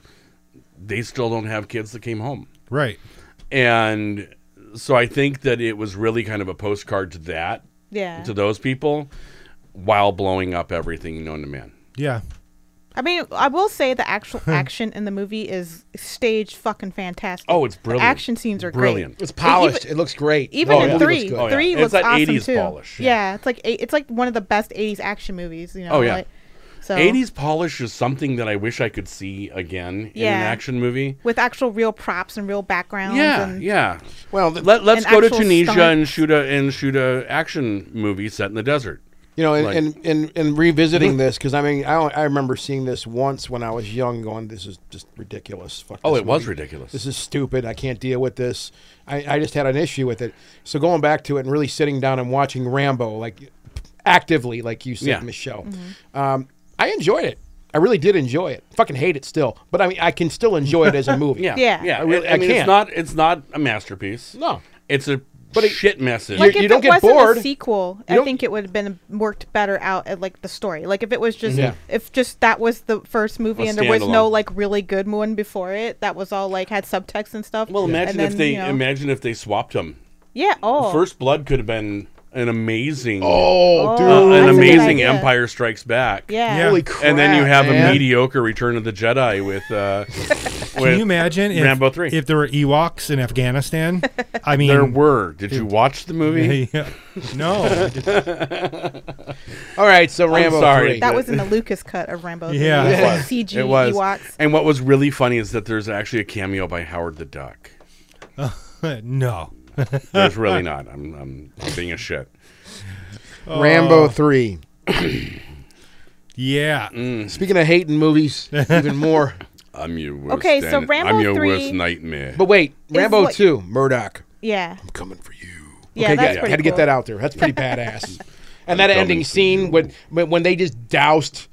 E: they still don't have kids that came home,
B: right
E: and so I think that it was really kind of a postcard to that,
D: Yeah.
E: to those people, while blowing up everything known to man.
B: yeah
D: I mean, I will say the actual action in the movie is staged fucking fantastic.
E: Oh, it's
D: The
E: brilliant.
D: action scenes are
E: Brilliant.
D: great.
C: It's polished. it looks great.
D: Even
C: Oh,
D: in
C: yeah.
D: three,
C: It looks good.
E: Oh, yeah.
D: three
E: It's
D: looks
E: that
D: awesome
E: 80s
D: too.
E: polish, yeah.
D: Yeah. it's like eight- it's like one of the best '80s action movies. You know.
E: Oh, yeah.
D: like- so
E: 80s polish is something that I wish I could see again in
D: Yeah.
E: an action movie.
D: with actual real props and real backgrounds.
E: Yeah,
D: and,
E: yeah.
C: Well, th-
E: Let, let's
D: and
E: go to
D: actual
E: Tunisia and
D: stunts.
E: shoot a and shoot a action movie set in the desert.
C: You know, and,
E: Like-
C: and, and, and
E: Mm-hmm.
C: revisiting this because I mean, I, I remember seeing this once when I was young, going, "This is just ridiculous." Fuck
E: Oh,
C: this
E: it was
C: movie.
E: ridiculous.
C: This is stupid. I can't deal with this. I, I just had an issue with it. So going back to it and really sitting down and watching Rambo, like actively, like you said,
E: Yeah.
D: Mm-hmm.
C: Michelle, um, I enjoyed it. I really did enjoy it. Fucking hate it still, but I mean, I can still enjoy it as a movie.
E: Yeah,
D: Yeah.
E: yeah.
C: I really- I
E: mean,
C: can't.
E: it's not it's not a masterpiece.
C: No.
E: it's a
C: But it-
E: shit message.
C: Like,
D: if
C: you don't
D: it
C: get
D: wasn't
C: bored.
D: A sequel,
C: You
D: I
C: don't-
D: think it would have been worked better out at like the story. Like if it was just
C: Yeah.
D: if just that was the first movie
E: A
D: and there was no
E: standalone.
D: like really good one before it. That was all like had subtext and stuff.
E: well,
D: and
E: imagine if
D: then,
E: they
D: you know-
E: imagine if they swapped them.
D: yeah. Oh,
E: First Blood could have been an amazing,
C: Oh,
D: Oh,
C: dude,
E: uh, an
D: that's a good
E: amazing
D: idea.
E: Empire Strikes Back.
D: yeah.
B: Yeah.
C: holy crap!
E: and then you have
C: man.
E: a mediocre Return of the Jedi with. Uh,
B: Can you imagine if,
E: Rambo 3.
B: if there were Ewoks in Afghanistan? I mean,
E: There were. Did you watch the movie?
B: Yeah. No.
C: All right, so Rambo
E: sorry.
C: three.
D: That was in the Lucas cut of Rambo.
B: Yeah. It
D: it was. like CG
E: It was.
D: Ewoks.
E: And what was really funny is that there's actually a cameo by Howard the Duck.
B: no.
E: There's really not. I'm, I'm, I'm being a shit.
C: Rambo three.
B: Yeah.
E: Mm.
C: Speaking of hating movies, even more.
E: I'm your worst.
D: Okay, so
E: en-
D: Rambo
E: I'm your
D: 3
E: worst nightmare.
C: But wait, Rambo
D: like-
C: two, Murdoch.
D: Yeah,
C: I'm coming for you.
D: yeah,
C: okay,
D: that's
C: yeah,
D: pretty
C: had to get
D: cool.
C: that out there. That's pretty badass. And that
E: coming
C: ending
E: for
C: scene
E: you.
C: when when when they just doused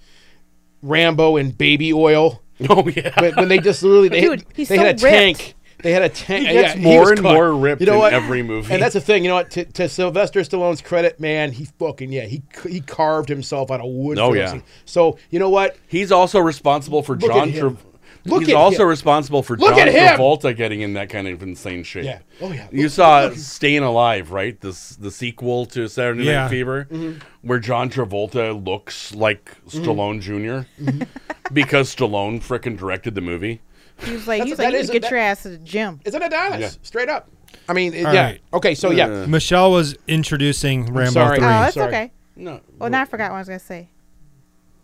C: Rambo in baby oil.
E: oh yeah.
C: When, when they just literally they,
D: Dude,
C: hit-
D: he's
C: they
D: so
C: had a
D: ripped.
C: tank. They had a tank.
E: He gets
C: yeah,
E: more
C: was
E: and
C: cut.
E: more ripped
C: you know
E: in
C: what?
E: every movie.
C: And that's the thing, you know what? To, to Sylvester Stallone's credit, man, he fucking yeah, he c- he carved himself out of wood.
E: Oh,
C: for this
E: yeah.
C: thing. So you know what?
E: He's also responsible for
C: Look at
E: John.
C: him.
E: Tra-
C: Look
E: He's
C: at
E: also
C: him.
E: responsible for
C: Look
E: John
C: at him.
E: Travolta getting in that kind of insane shape.
C: Yeah. Oh, yeah.
E: You
C: Look-
E: saw Staying Alive, right? This the sequel to Saturday
B: Yeah.
E: Night Fever,
C: Mm-hmm.
E: where John Travolta looks like Stallone junior
C: Mm-hmm.
E: because Stallone frickin' directed the movie.
D: He was like,
C: That's-
D: he's like,
C: that
D: you need
C: is-
D: to get
C: that-
D: your ass to the gym.
C: It's an Adonis,
E: Yeah.
C: straight up. I mean, it-
B: All
C: yeah.
B: right.
C: Okay, so yeah,
E: Uh,
B: Michelle was introducing Rambo
C: sorry.
B: 3.
D: Oh, that's
C: Sorry.
D: okay.
E: No,
D: Well, now I forgot what I was gonna say. oh.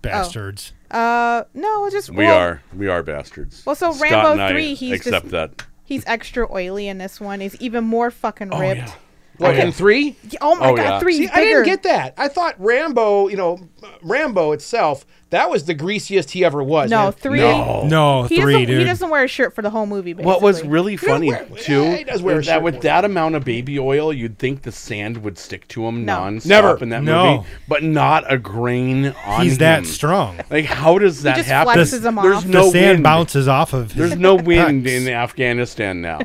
B: Bastards.
D: Uh, no, it's just
E: we
D: well,
E: are we are bastards.
D: Well, so
E: Scott
D: Rambo
E: and I
D: 3, he's
E: accept
D: just-
E: that.
D: He's extra oily in this one. He's even more fucking
E: Oh,
D: ripped.
E: yeah.
C: what
E: Okay.
C: in three?
D: Yeah, Oh my
E: Oh,
D: god,
E: yeah.
D: three's
C: See,
D: bigger.
C: I didn't get that. I thought Rambo, you know, Rambo itself, that was the greasiest he ever was.
D: No,
C: man.
D: three.
E: No.
B: No,
D: He
B: 3,
D: doesn't,
B: dude.
D: he doesn't wear a shirt for the whole movie. Basically.
E: What was really funny
C: wear-
E: too
C: yeah, he does wear a
E: is that
C: shirt.
E: with that amount of baby oil, you'd think the sand would stick to him
D: No.
E: nonstop
C: Never.
E: in that
B: No.
E: movie, but not a grain on
B: He's
E: him.
B: that strong.
E: Like how does that
D: just
E: happen?
D: flexes him
E: There's
D: off.
E: no
B: the sand
E: wind.
B: bounces off of his
E: There's no wind
B: pecs.
E: in Afghanistan now.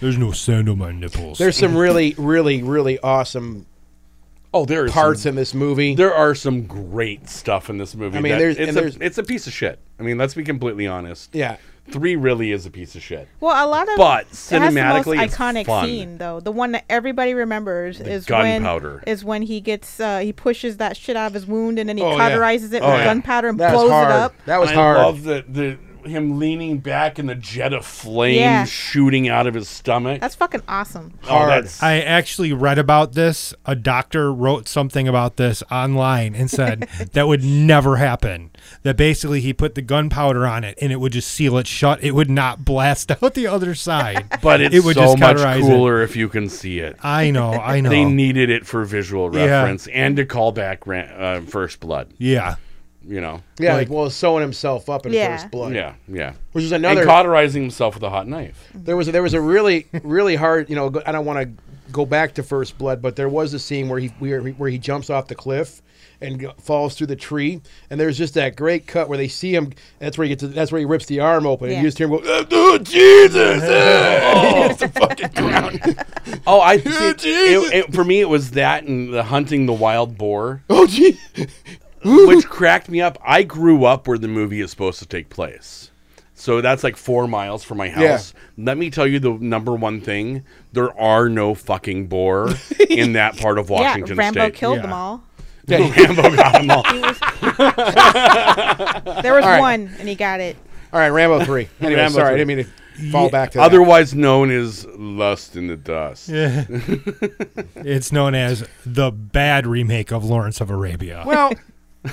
B: There's no sand on my nipples.
C: There's some really, really, really awesome
E: oh, there are
C: parts
E: Some,
C: in this movie.
E: there are some great stuff in this movie.
C: I mean,
E: that-
C: there's-
E: it's
C: and
E: a,
C: there's-
E: it's a piece of shit. I mean, let's be completely honest.
C: yeah.
E: Three really is a piece of shit.
D: Well, a lot of
E: But
D: it has the most
E: cinematically, it's
D: iconic
E: fun.
D: scene though. The one that everybody remembers is
E: gunpowder.
D: when is when he gets uh, he pushes that shit out of his wound and then he
C: Oh, yeah.
D: cauterizes it
E: Oh,
D: with
E: yeah.
D: gunpowder and
C: That was
D: blows
C: hard.
D: it up.
C: That was
E: I
C: hard.
E: love the, the him leaning back and the jet of flame
D: Yeah.
E: shooting out of his stomach.
D: That's fucking awesome.
E: Oh,
C: hard.
E: that's-
B: I actually read about this. A doctor wrote something about this online and said that would never happen. That basically he put the gunpowder on it and it would just seal it shut. It would not blast out the other side.
E: but it's
B: it would
E: so
B: just
E: much
B: cauterize it.
E: cooler if you can see it.
B: I know, I know.
E: They needed it for visual
B: Yeah.
E: reference and to call back ran, uh, First Blood.
B: yeah.
E: You know,
C: Yeah,
B: Like-
C: like, well, sewing himself up in
D: Yeah.
C: First Blood.
E: yeah, yeah.
C: Which is another-
E: and cauterizing himself with a hot knife.
C: There was there was a really really hard you know go- I don't want to go back to First Blood, but there was a scene where he where, he- where he jumps off the cliff and g- falls through the tree, and there's just that great cut where they see him. That's where he gets that's where he rips the arm open, and
D: Yeah.
C: you just hear him go, "Ah, "Oh Jesus!" ah!" He has to fucking drown.
E: Oh, I see, it-
C: Jesus.
E: it- for me it was that and the hunting the wild boar,
C: oh gee.
E: which cracked me up. I grew up where the movie is supposed to take place. So that's like four miles from my house. Let me tell you the number one thing: there are no fucking boar in that part of Washington
D: yeah, Rambo
E: State.
D: killed
B: Yeah.
D: them all.
E: Rambo got 'em all.
D: There was
C: All right.
D: one and he got it.
C: All right, Rambo three. Anyway,
E: Rambo
C: sorry, I
E: three.
C: didn't mean to fall back to that.
E: otherwise known as Lust in the Dust.
B: It's known as the bad remake of Lawrence of Arabia.
C: Well,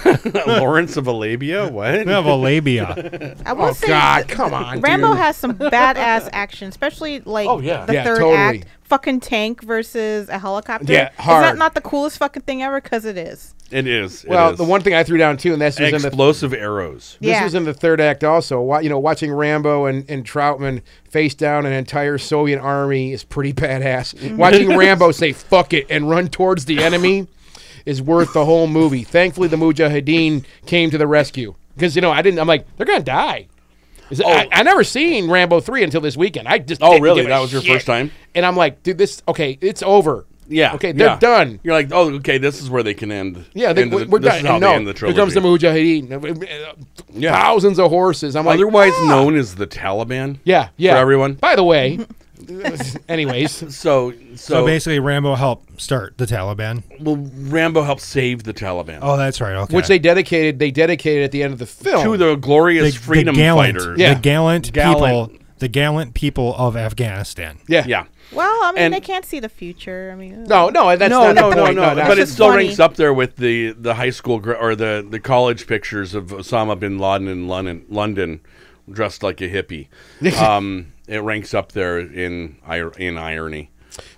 E: Lawrence of Arabia? What?
B: Of Arabia.
D: I will say
C: Oh, God, come on,
D: Rambo
C: dude.
D: has some badass action, especially like
E: Oh, yeah.
D: the
C: Yeah,
D: third
C: totally.
D: act. Fucking tank versus a helicopter.
C: Yeah,
D: Is
C: hard.
D: that not the coolest fucking thing ever? Because it is.
E: It is. it
C: Well,
E: is.
C: the one thing I threw down too, and that's just in the
E: explosive arrows.
C: This
D: Yeah.
C: was in the third act also. Wa- You know, watching Rambo and, and Troutman face down an entire Soviet army is pretty badass. Watching Rambo say "fuck it" and run towards the enemy is worth the whole movie. Thankfully, the Mujahideen came to the rescue because you know I didn't. I'm like they're gonna die. Is it- I, I never seen Rambo three until this weekend. I just
E: Oh,
C: didn't
E: really?
C: give a
E: That was your
C: shit.
E: first time?
C: and I'm like, dude, this okay, it's over.
E: Yeah.
C: okay, they're
E: yeah.
C: done.
E: You're like, oh, okay, this is where they can end.
C: Yeah, they,
E: end the-
C: we're, we're
E: this
C: done.
E: Is how
C: And no,
E: they end the
C: here
E: trilogy.
C: comes the Mujahideen.
E: Yeah.
C: Thousands of horses. I'm like,
E: Otherwise
C: ah!
E: known as the Taliban.
C: Yeah, yeah.
E: For everyone.
C: By the way, anyways,
E: So, so,
B: So basically, Rambo helped start the Taliban.
E: well, Rambo helped save the Taliban.
B: Oh, that's right. Okay.
C: which they dedicated, they dedicated at the end of the film.
E: to the glorious
B: the,
E: freedom
B: the gallant,
E: fighters.
C: Yeah.
B: the gallant,
E: Gallant.
B: people, the gallant people of Afghanistan.
C: yeah,
E: yeah.
D: Well, I mean,
E: And-
D: they can't see the future. I mean,
C: No, no, that's
E: No,
C: not
E: no,
C: the
E: no,
C: point.
E: no,
C: that's-
E: But it
D: just
E: still
D: funny.
E: ranks up there with the the high school gr- or the the college pictures of Osama bin Laden in London, London, dressed like a hippie. um, it ranks up there in ir- in irony.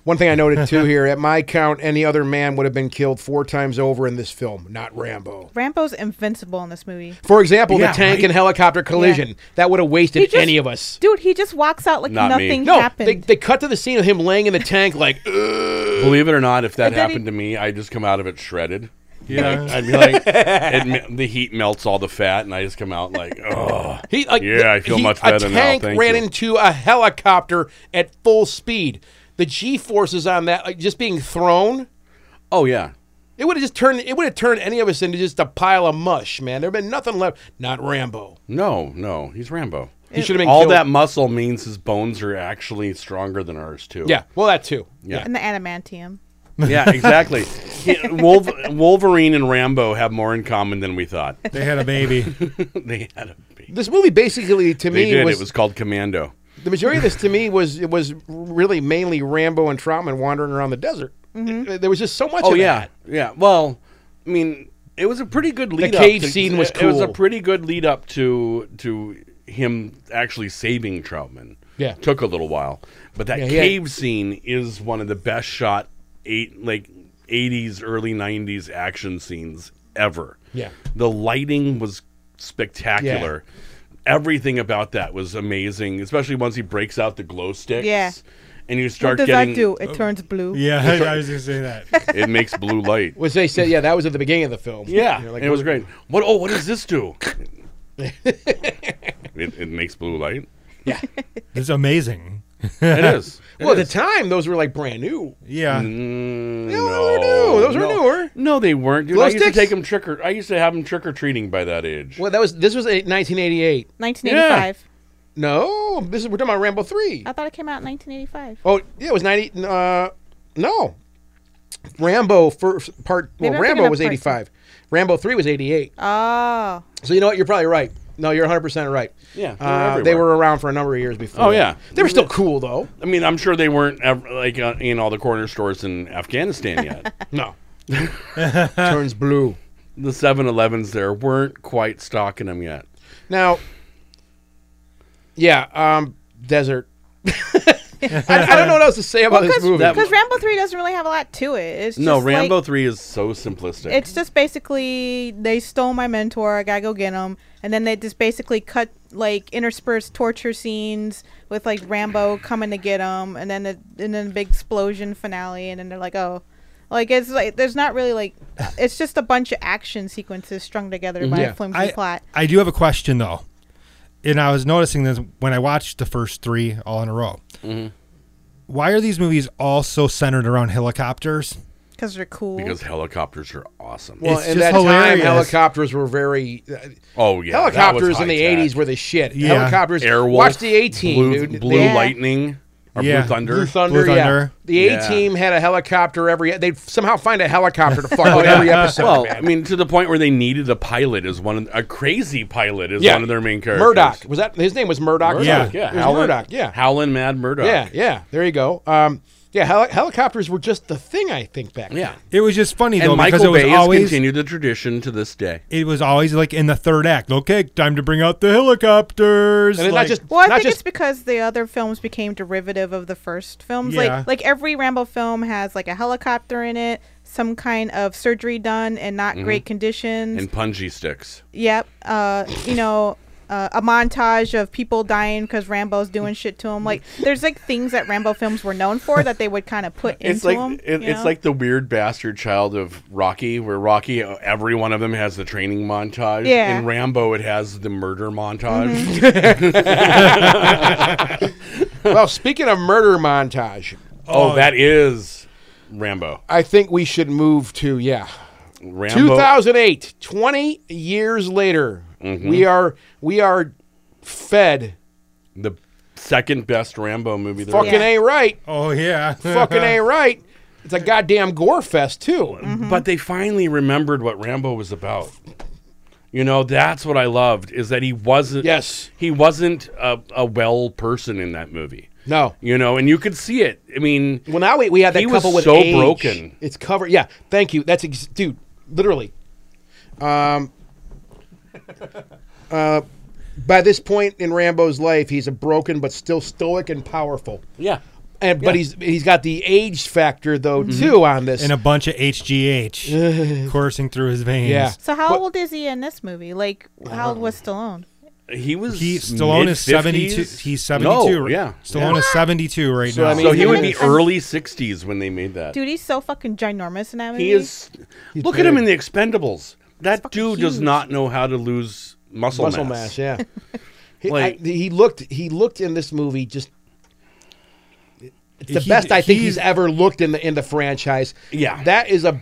C: One thing I noted too here, at my count, any other man would have been killed four times over in this film, not Rambo.
D: Rambo's invincible in this movie.
C: For example,
B: Yeah,
C: the tank
B: right.
C: and helicopter collision. That would have wasted
D: He just-
C: any of us.
D: dude. He just walks out like
E: Not me.
D: nothing
C: no,
D: happened.
C: They, they cut to the scene of him laying in the tank like,
E: Believe it or not, if that
D: And then he-
E: happened to me, I'd just come out of it shredded. Yeah, I'd be like, it, me- the heat melts all the fat, and I just come out like, oh,
C: He like
E: Yeah, I feel
C: he-
E: much
C: A
E: better now,
C: tank
E: thank
C: ran
E: you.
C: into a helicopter at full speed. The G forces on that, like just being thrown,
E: oh yeah.
C: it would have just turned. It would have turned any of us into just a pile of mush, man. There'd been nothing left. Not Rambo.
E: No, no, he's Rambo.
C: He should have been
E: All
C: killed.
E: that muscle means his bones are actually stronger than ours too.
C: Yeah, well, that too.
E: Yeah.
D: and the adamantium.
E: yeah, exactly. He- Wolv- Wolverine and Rambo have more in common than we thought.
B: They had a baby.
E: they had a big.
C: This movie basically, to
E: They
C: me,
E: did.
C: was,
E: it was called Commando.
C: the majority of this. To me, was it was really mainly Rambo and Trautman wandering around the desert. There was just so much.
E: Oh
C: of
E: yeah,
C: that.
E: yeah. Well, I mean, it was a pretty good lead. up
C: cave
E: to-
C: scene was
E: It was a
C: cool.
E: pretty good lead up to to him actually saving Troutman.
C: Yeah.
E: took a little while, but that
C: Yeah, he had-
E: cave scene is one of the best shot eight like eighties early nineties action scenes ever.
C: Yeah.
E: the lighting was spectacular. Everything about that was amazing, especially once he breaks out the glow sticks.
D: Yeah.
E: And you
D: What
E: start
D: does
E: getting
D: that do? It turns blue.
B: yeah, I, I was gonna say that.
E: it makes blue light.
C: Was they said? Yeah, that was at the beginning of the film.
E: Yeah,
C: You know, like,
E: and it was great. What? Oh, what does this do? it, it makes blue light.
B: It's amazing.
E: It is. It
C: Well, at the
E: is.
C: time, those were like brand new.
B: Yeah.
E: Mm,
C: No, those were new. Those were
E: no.
C: newer.
E: No, they weren't. Dude,
C: Glow
E: I used
C: sticks?
E: to take them trick or. I used to have them trick or treating by that age.
C: Well, that was this was a- 1988.
D: 1985.
C: No, this is we're talking about Rambo three.
D: I thought it came out in 1985.
C: Oh, yeah, it was 90. Uh, no, Rambo first part. Well,
D: Maybe I'm thinking
C: Rambo
D: of
C: was
D: part two.
C: 85. Rambo three was 88.
D: Oh,
C: So you know what? You're probably right. No, you're 100 percent right.
E: Yeah, they were
C: uh, they
E: everywhere.
C: were around for a number of years before.
E: Oh,
C: that.
E: yeah.
C: they were still cool though.
E: I mean, I'm sure they weren't ev like uh, in all the corner stores in Afghanistan yet.
C: No, turns blue.
E: the 7-Elevens there weren't quite stocking them yet.
C: Now, yeah, um, desert. I, I don't know what else to say about this movie.
D: Oh. because Rambo three doesn't really have a lot to it. It's
E: No,
D: just
E: Rambo
D: like-
E: three is so simplistic.
D: it's just basically they stole my mentor. I gotta go get him, and then they just basically cut like interspersed torture scenes with like Rambo coming to get him, and then the, and then a big explosion finale, and then they're like, oh, like it's like there's not really like it's just a bunch of action sequences strung together by
C: Yeah.
D: a flimsy
B: I,
D: plot.
B: I do have a question though, and I was noticing this when I watched the first three all in a row.
C: Mm-hmm.
B: Why are these movies all so centered around helicopters?
D: Because they're cool.
E: because helicopters are awesome.
C: Well,
B: It's
C: in
B: just
C: that
B: hilarious.
C: time, helicopters were very. uh,
E: oh yeah, that was
C: helicopters in the
E: high-tech.
C: '80s were the shit.
B: Yeah.
C: Helicopters.
E: Airwolf,
C: watch the A Team,
E: Blue,
C: dude.
E: Blue
C: They-
D: Yeah.
E: Lightning, or
B: Yeah.
E: Blue Thunder.
C: Blue Thunder,
B: Blue Thunder.
C: yeah. The
E: Yeah.
C: A Team had a helicopter every. They'd somehow find a helicopter to fuck
B: Oh,
C: with every episode.
E: Well,
C: man.
E: I mean, to the point where they needed a pilot as one of a crazy pilot is one of their main characters.
C: Murdoch was that his name was Murdoch.
B: Murdoch,
E: yeah,
C: it was
E: Howlin'-
C: Murdoch. Yeah,
E: Howlin' Mad Murdoch.
C: yeah, yeah. There you go. Um, yeah, heli- helicopters were just the thing. I think back.
E: yeah.
B: It was just funny
E: And
B: though because it
E: Michael
B: was
E: Bay has
B: always
E: continued the tradition to this day.
B: it was always like in the third act. Okay, time to bring out the helicopters.
C: then. and it's
B: like-
C: not just
D: Well, I
C: not
D: think
C: just
D: it's because the other films became derivative of the first films.
B: Yeah.
D: Like like every Rambo film has like a helicopter in it, some kind of surgery done in not great conditions.
E: And punji sticks.
D: yep. Uh, you know, uh, a montage of people dying because Rambo's doing shit to him. Like there's like things that Rambo films were known for that they would kind of put into
E: It's like
D: them.
E: it,
D: you
E: it's
D: know?
E: like the weird bastard child of Rocky, where Rocky, uh, every one of them has the training montage.
D: Yeah. Mm-hmm.
E: In Rambo, it has the murder montage.
C: well, speaking of murder montage,
E: oh, that is Rambo.
C: I think we should move to yeah,
E: Rambo.
C: 2008. 20 years later,
E: Mm-hmm.
C: we are we are fed
E: the second best Rambo movie. There
C: fucking
E: is.
C: a right,
B: Oh yeah.
C: fucking a right. It's a goddamn gore fest too.
E: But they finally remembered what Rambo was about. You know, that's what I loved is that he wasn't.
C: Yes.
E: he wasn't a, a well person in that movie.
C: No.
E: You know, and you could see it. I mean,
C: Well, now we, we had that
E: He was
C: couple with
E: so
C: age.
E: broken.
C: It's covered. Yeah, thank you. That's ex- dude, literally. Um, uh, by this point in Rambo's life, he's a broken but still stoic and powerful.
E: yeah, Mm-hmm.
C: And but he's he's got the age factor though too on this.
B: and a bunch of HGH coursing through his veins.
C: yeah,
D: so how old is he in this movie? Like how old
E: Um,
D: was Stallone?
E: he was.
B: He Stallone is seventy two.
E: mid-fifties?
B: He's seventy two.
E: No, yeah,
B: Stallone is seventy two right
C: So,
B: now.
C: I
E: Yeah.
C: mean-
E: So he would be
D: He's-
E: early sixties when they made that.
D: Dude, he's so fucking ginormous in that movie.
E: he is. Look at him
C: big.
E: in the Expendables. That
D: fucking
E: dude does
D: huge.
E: not know how to lose muscle,
C: muscle mass.
E: mass.
C: Yeah, he,
E: Like-
C: I, he looked he looked in this movie just. It's the
B: He-
C: best I think
B: he-
C: he's ever looked in the in the franchise.
E: Yeah.
C: that is a.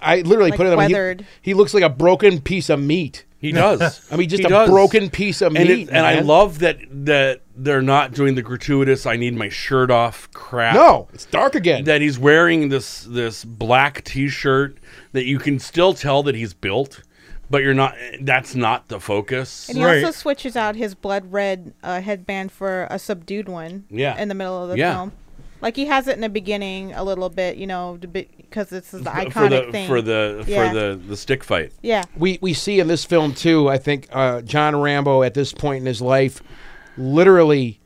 C: I literally
D: Like
C: put it. on
D: weathered.
C: He, he looks like a broken piece of meat.
E: He does.
C: I mean, just
E: He
C: a
E: does.
C: broken piece of
E: and
C: meat.
E: it, and I
C: man.
E: love that that they're not doing the gratuitous I need my shirt off crap.
C: No, it's dark again.
E: That he's wearing this this black t-shirt that you can still tell that he's built, but you're not that's not the focus.
D: And he
B: Right.
D: also switches out his blood red uh, headband for a subdued one.
E: Yeah.
D: In the middle of the
E: Yeah.
D: film, like he has it in the beginning a little bit, you know, because this is the iconic
E: for the
D: thing.
E: for the
D: Yeah.
E: for the the stick fight.
D: yeah,
C: we we see in this film too. I think uh, John Rambo at this point in his life, literally,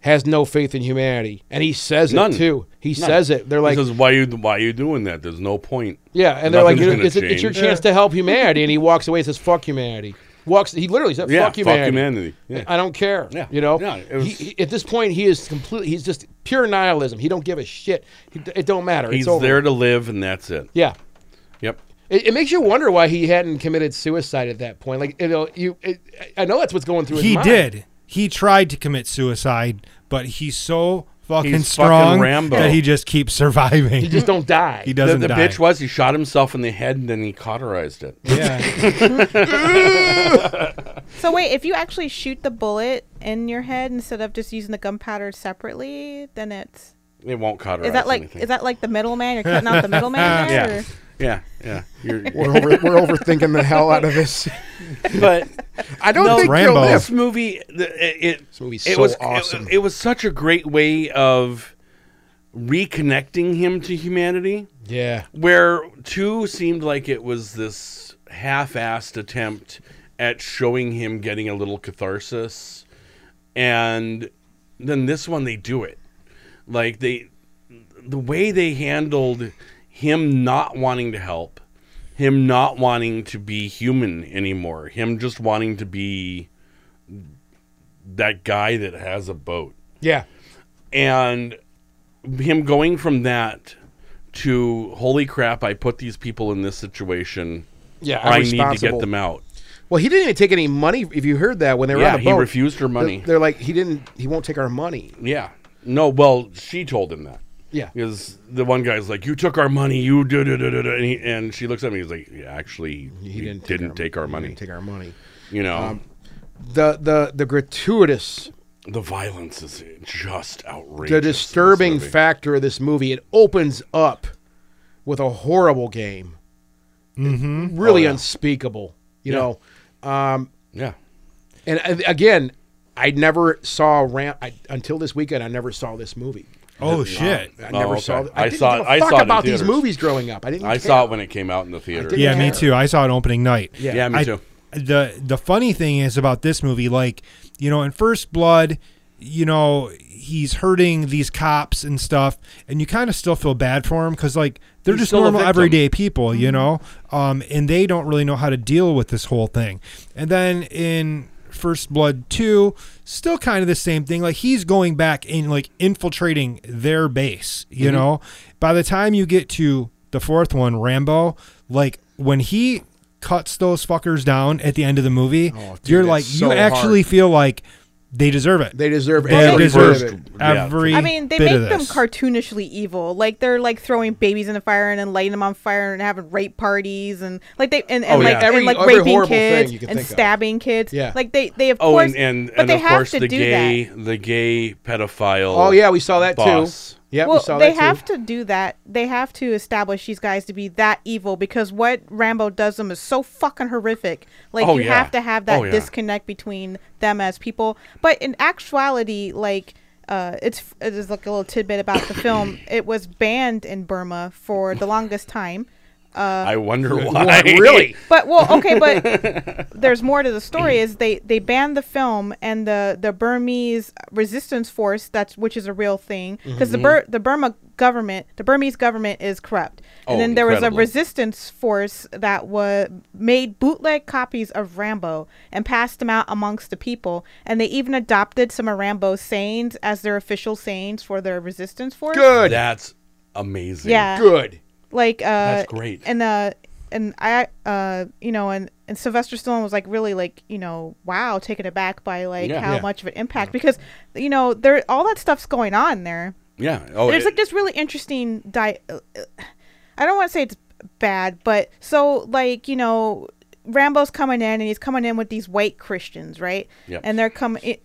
C: has no faith in humanity, and he says
E: None.
C: it too. He
E: None.
C: says it. They're like,
E: he says why you why you doing that? There's no point.
C: yeah, and they're like,
E: "Nothing's
C: "You're-
E: gonna
C: it's, it's your
E: change."
C: chance to help humanity, and he walks away. and Says, "Fuck humanity." Walks. He literally said,
E: Yeah,
C: "Fuck humanity."
E: Yeah.
C: I don't care.
E: Yeah.
C: You know,
E: Yeah, it was-
C: He- he- at this point, he is completely, he's just pure nihilism. He don't give a shit. He, it don't matter.
E: He's
C: it's over.
E: there to live and that's it.
C: Yeah.
E: Yep.
C: It, it makes you wonder why he hadn't committed suicide at that point. Like you know, you it, I know that's what's going through. his
B: he
C: mind.
B: did. He tried to commit suicide, but he's so fucking
E: He's fucking
B: strong
E: Rambo.
B: that he just keeps surviving.
C: He just don't die.
B: He
E: The,
B: doesn't
E: the
B: die.
E: bitch was he shot himself in the head and then he cauterized it.
B: yeah.
D: So wait, if you actually shoot the bullet in your head instead of just using the gunpowder separately, then it's
E: It won't cauterize
D: is that like
E: anything.
D: is that like the middleman? You're cutting out the middleman there.
E: yeah.
D: or-
E: Yeah, yeah. You're,
C: We're, over, we're overthinking the hell out of this.
E: but
C: I don't
E: no,
C: think
B: Rambo.
C: you'll
E: this
C: live.
E: movie, the- it, it,
C: movie's
E: it
C: so
E: was
C: awesome.
E: It, it was such a great way of reconnecting him to humanity,
C: Yeah,
E: where two seemed like it was this half-assed attempt at showing him getting a little catharsis, and then this one they do it like they the way they handled him not wanting to help him not wanting to be human anymore him just wanting to be that guy that has a boat
C: yeah.
E: and him going from that to holy crap i put these people in this situation
C: Yeah, I'm
E: i need to get
C: responsible.
E: them out
C: Well, he didn't even take any money. If you heard that when they were on
E: yeah
C: the
E: he
C: boat,
E: refused her money
C: They're, they're like, he didn't. He won't take our money.
E: yeah no well she told him that
C: Yeah.
E: Because the one guy's like, "You took our money, you did it," and, he, and she looks at me. He's like, yeah, "Actually, he, didn't, take, our, money."
C: Didn't take um, our money.
E: you know,
C: The the the gratuitous,
E: the violence is just outrageous.
C: the
E: in this
C: disturbing
E: movie.
C: factor of this movie. It opens up with a horrible game,
E: Oh,
C: mm-hmm. really unspeakable. You know,
E: Yeah,
C: and uh, again, I never saw Ram I, until this weekend. I never saw this movie.
B: Oh shit.
C: I
E: Oh,
C: never
E: okay.
C: saw. th-
E: I
C: didn't
E: saw
C: give
E: it-
C: a
E: I
C: fuck
E: saw it in
C: about these
E: theaters.
C: movies growing up. I didn't.
E: I
C: care.
E: saw it when it came out in the theater.
C: didn't
B: Yeah, me
C: care.
B: too. I saw it opening night.
C: Yeah.
E: Yeah, me
B: I-
E: too.
B: The the funny thing is about this movie, like you know, in First Blood, you know, he's hurting these cops and stuff, and you kind of still feel bad for him because like they're
E: He's
B: just
E: still a
B: normal
E: victim.
B: everyday people,
D: Mm-hmm.
B: you know, um, and they don't really know how to deal with this whole thing. And then in First Blood 2, still kind of the same thing. Like he's going back and like infiltrating their base, you
D: Mm-hmm.
B: know? By the time you get to the fourth one, Rambo, like when he cuts those fuckers down at the end of the movie,
C: Oh, dude,
B: you're
C: that's
B: like you
C: so
B: actually
C: hard.
B: feel like they deserve it.
C: They deserve
B: They
C: every
B: deserve
C: bit of it.
E: Yeah.
B: every
D: I mean, they
B: bit
D: make
B: of
D: them
B: this.
D: cartoonishly evil. Like they're like throwing babies in the fire and then lighting them on fire and having rape parties and like they and, and
E: Oh, yeah.
D: like
C: Every-
D: and, like
C: every
D: raping
C: horrible thing
D: kids
C: you can
D: and
C: think of.
D: stabbing kids.
C: Yeah.
D: like they they of
E: Oh,
D: course
E: and and,
D: but
E: and
D: they
E: of
D: have
E: course
D: to
E: the
D: do
E: gay
D: that.
E: the gay pedophile.
C: Oh yeah, we saw that
E: boss.
C: too. Yeah,
D: Well,
C: we saw
D: they
C: that
D: have
C: too.
D: to do that. They have to establish these guys to be that evil because what Rambo does them is so fucking horrific. Like
E: Oh,
D: you
E: yeah.
D: have to have that
E: Oh, yeah.
D: disconnect between them as people. But in actuality, like uh, it's it is like a little tidbit about the film. It was banned in Burma for the longest time. Uh,
E: I wonder why.
C: Why, really?
D: But well, okay, but there's more to the story. Is they they banned the film and the the Burmese resistance force that's which is a real thing because the Bur- the Burma government the Burmese government is corrupt. And
E: Oh,
D: then there was a
E: incredibly.
D: resistance force that was made bootleg copies of Rambo and passed them out amongst the people. And they even adopted some of Rambo's sayings as their official sayings for their resistance force.
C: Good.
E: That's amazing.
D: Yeah
C: Good.
D: like uh
E: That's great.
D: and uh and i uh you know and and sylvester stallone was like really like you know wow taken aback by like
E: Yeah.
D: how
E: Yeah.
D: much of an impact because you know there all that stuff's going on there
E: Yeah. Oh,
D: there's
E: it-
D: like this really interesting di- uh, i don't want to say it's bad but so like you know rambo's coming in and he's coming in with these white christians right
E: Yep.
D: and they're coming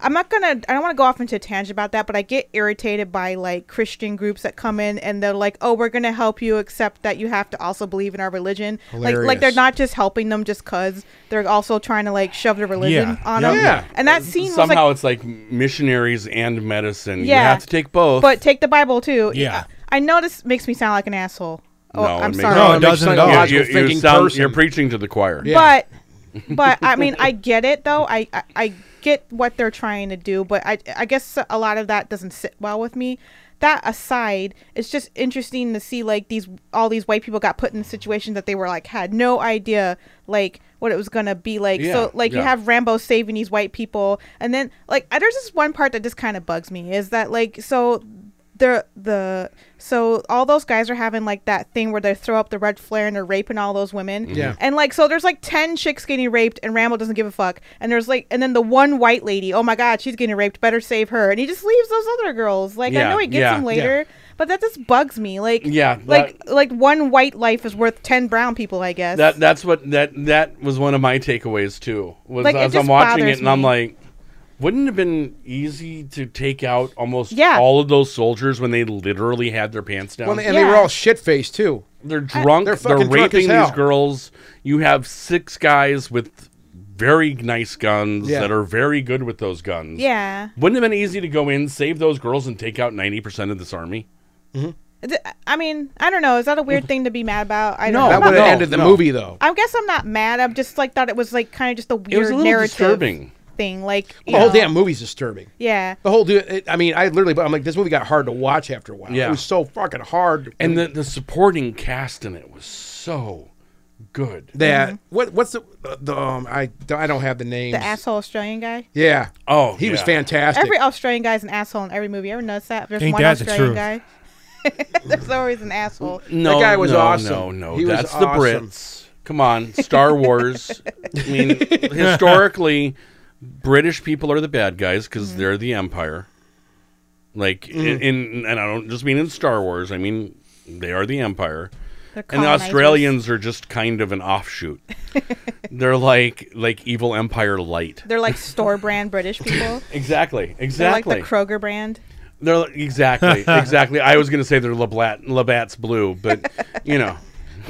D: i'm not gonna i don't want to go off into a tangent about that but i get irritated by like christian groups that come in and they're like oh we're gonna help you except that you have to also believe in our religion like like they're
C: Hilarious.
D: not just helping them just cuz they're also trying to like shove the religion
B: Yeah.
D: on
B: Yeah.
D: them
C: Yeah.
D: and that scene was like
E: somehow it's like missionaries and medicine. You
D: Yeah.
E: have to take both.
D: But take the Bible too.
B: Yeah.
D: I, I know this makes me sound like an asshole. Oh,
E: No, it
D: I'm
E: makes-
D: sorry.
B: No, it
C: makes
B: doesn't
C: you
B: at
C: sound
B: all.
C: like a
E: you,
C: logical
E: you
C: thinking
E: sound,
C: person.
E: you're preaching to the choir.
C: Yeah.
D: But but I mean I get it though. I, I I get what they're trying to do, but I I guess a lot of that doesn't sit well with me. That aside, it's just interesting to see like these all these white people got put in situations that they were like had no idea like what it was gonna be like.
E: Yeah,
D: so like you
E: yeah.
D: have Rambo saving these white people, and then like I- there's this one part that just kind of bugs me is that like so the the so all those guys are having like that thing where they throw up the red flare and they're raping all those women.
E: Mm-hmm.
C: Yeah.
D: And like so there's like 10 chicks getting raped and Rambo doesn't give a fuck. And there's like and then the one white lady, "Oh my god, she's getting raped. Better save her." And he just leaves those other girls. Like
E: Yeah,
D: I know he gets
E: yeah,
D: them later, but that just bugs me. Like
E: Yeah, that-
D: like like one white life is worth 10 brown people, I guess.
E: That that's what that that was one of my takeaways too. Was
D: Like, it
E: as
D: just
E: I'm watching
D: bothers
E: it and I'm
D: me.
E: like, wouldn't it have been easy to take out almost
D: Yeah.
E: all of those soldiers when they literally had their pants down?
C: Well,
E: they,
C: and they were
D: Yeah.
C: all shit faced too.
E: are drunk.
C: They're
E: They're,
C: fucking drunk as
E: raping
C: hell.
E: these girls. You have six guys with very nice guns
C: Yeah.
E: that are very good with those guns.
D: yeah.
E: Wouldn't it have been easy to go in, save those girls, and take out ninety percent of this army?
D: Th- I mean, I don't know. Is that a weird thing to be mad about? I don't
E: No,
D: know.
C: That
D: I'm not-
C: would have
E: no,
C: ended the
E: no.
C: movie though.
D: I guess I'm not mad. I'm just like thought it was like kind of just a weird
E: It was a little
D: narrative
E: disturbing. Oh,
D: thing. Like you
C: The whole
D: know,
C: damn movie's disturbing.
D: Yeah.
C: The whole, dude, it, I mean, I literally, but I'm like, this movie got hard to watch after a while.
E: Yeah.
C: It was so fucking hard.
E: And the, the supporting cast in it was so good.
C: that Mm-hmm. what what's the the um I don't, I don't have the names.
D: The asshole Australian guy.
C: Yeah.
E: Oh,
C: he was
E: yeah.
C: fantastic.
D: Every Australian guy's an asshole in every movie. Ever notice that? There's
B: Ain't
D: one
B: that the
D: Australian
B: truth?
D: guy. There's always an asshole.
E: No,
C: guy was
E: no,
C: awesome.
E: No, no,
C: He was
E: that's
C: awesome.
E: the Brits. Come on, Star Wars. I mean, historically, British people are the bad guys because
C: Mm.
E: they're the empire. Like in, in, and I don't just mean in Star Wars. I mean they are the empire,
D: They're
E: and the
D: colonizers.
E: Australians are just kind of an offshoot. they're like like evil empire light.
D: They're like store brand British people.
E: Exactly,
D: They're like
E: exactly.
D: the Kroger brand.
E: They're like- exactly, exactly. I was gonna say they're Labat Labatt's blue, but you know,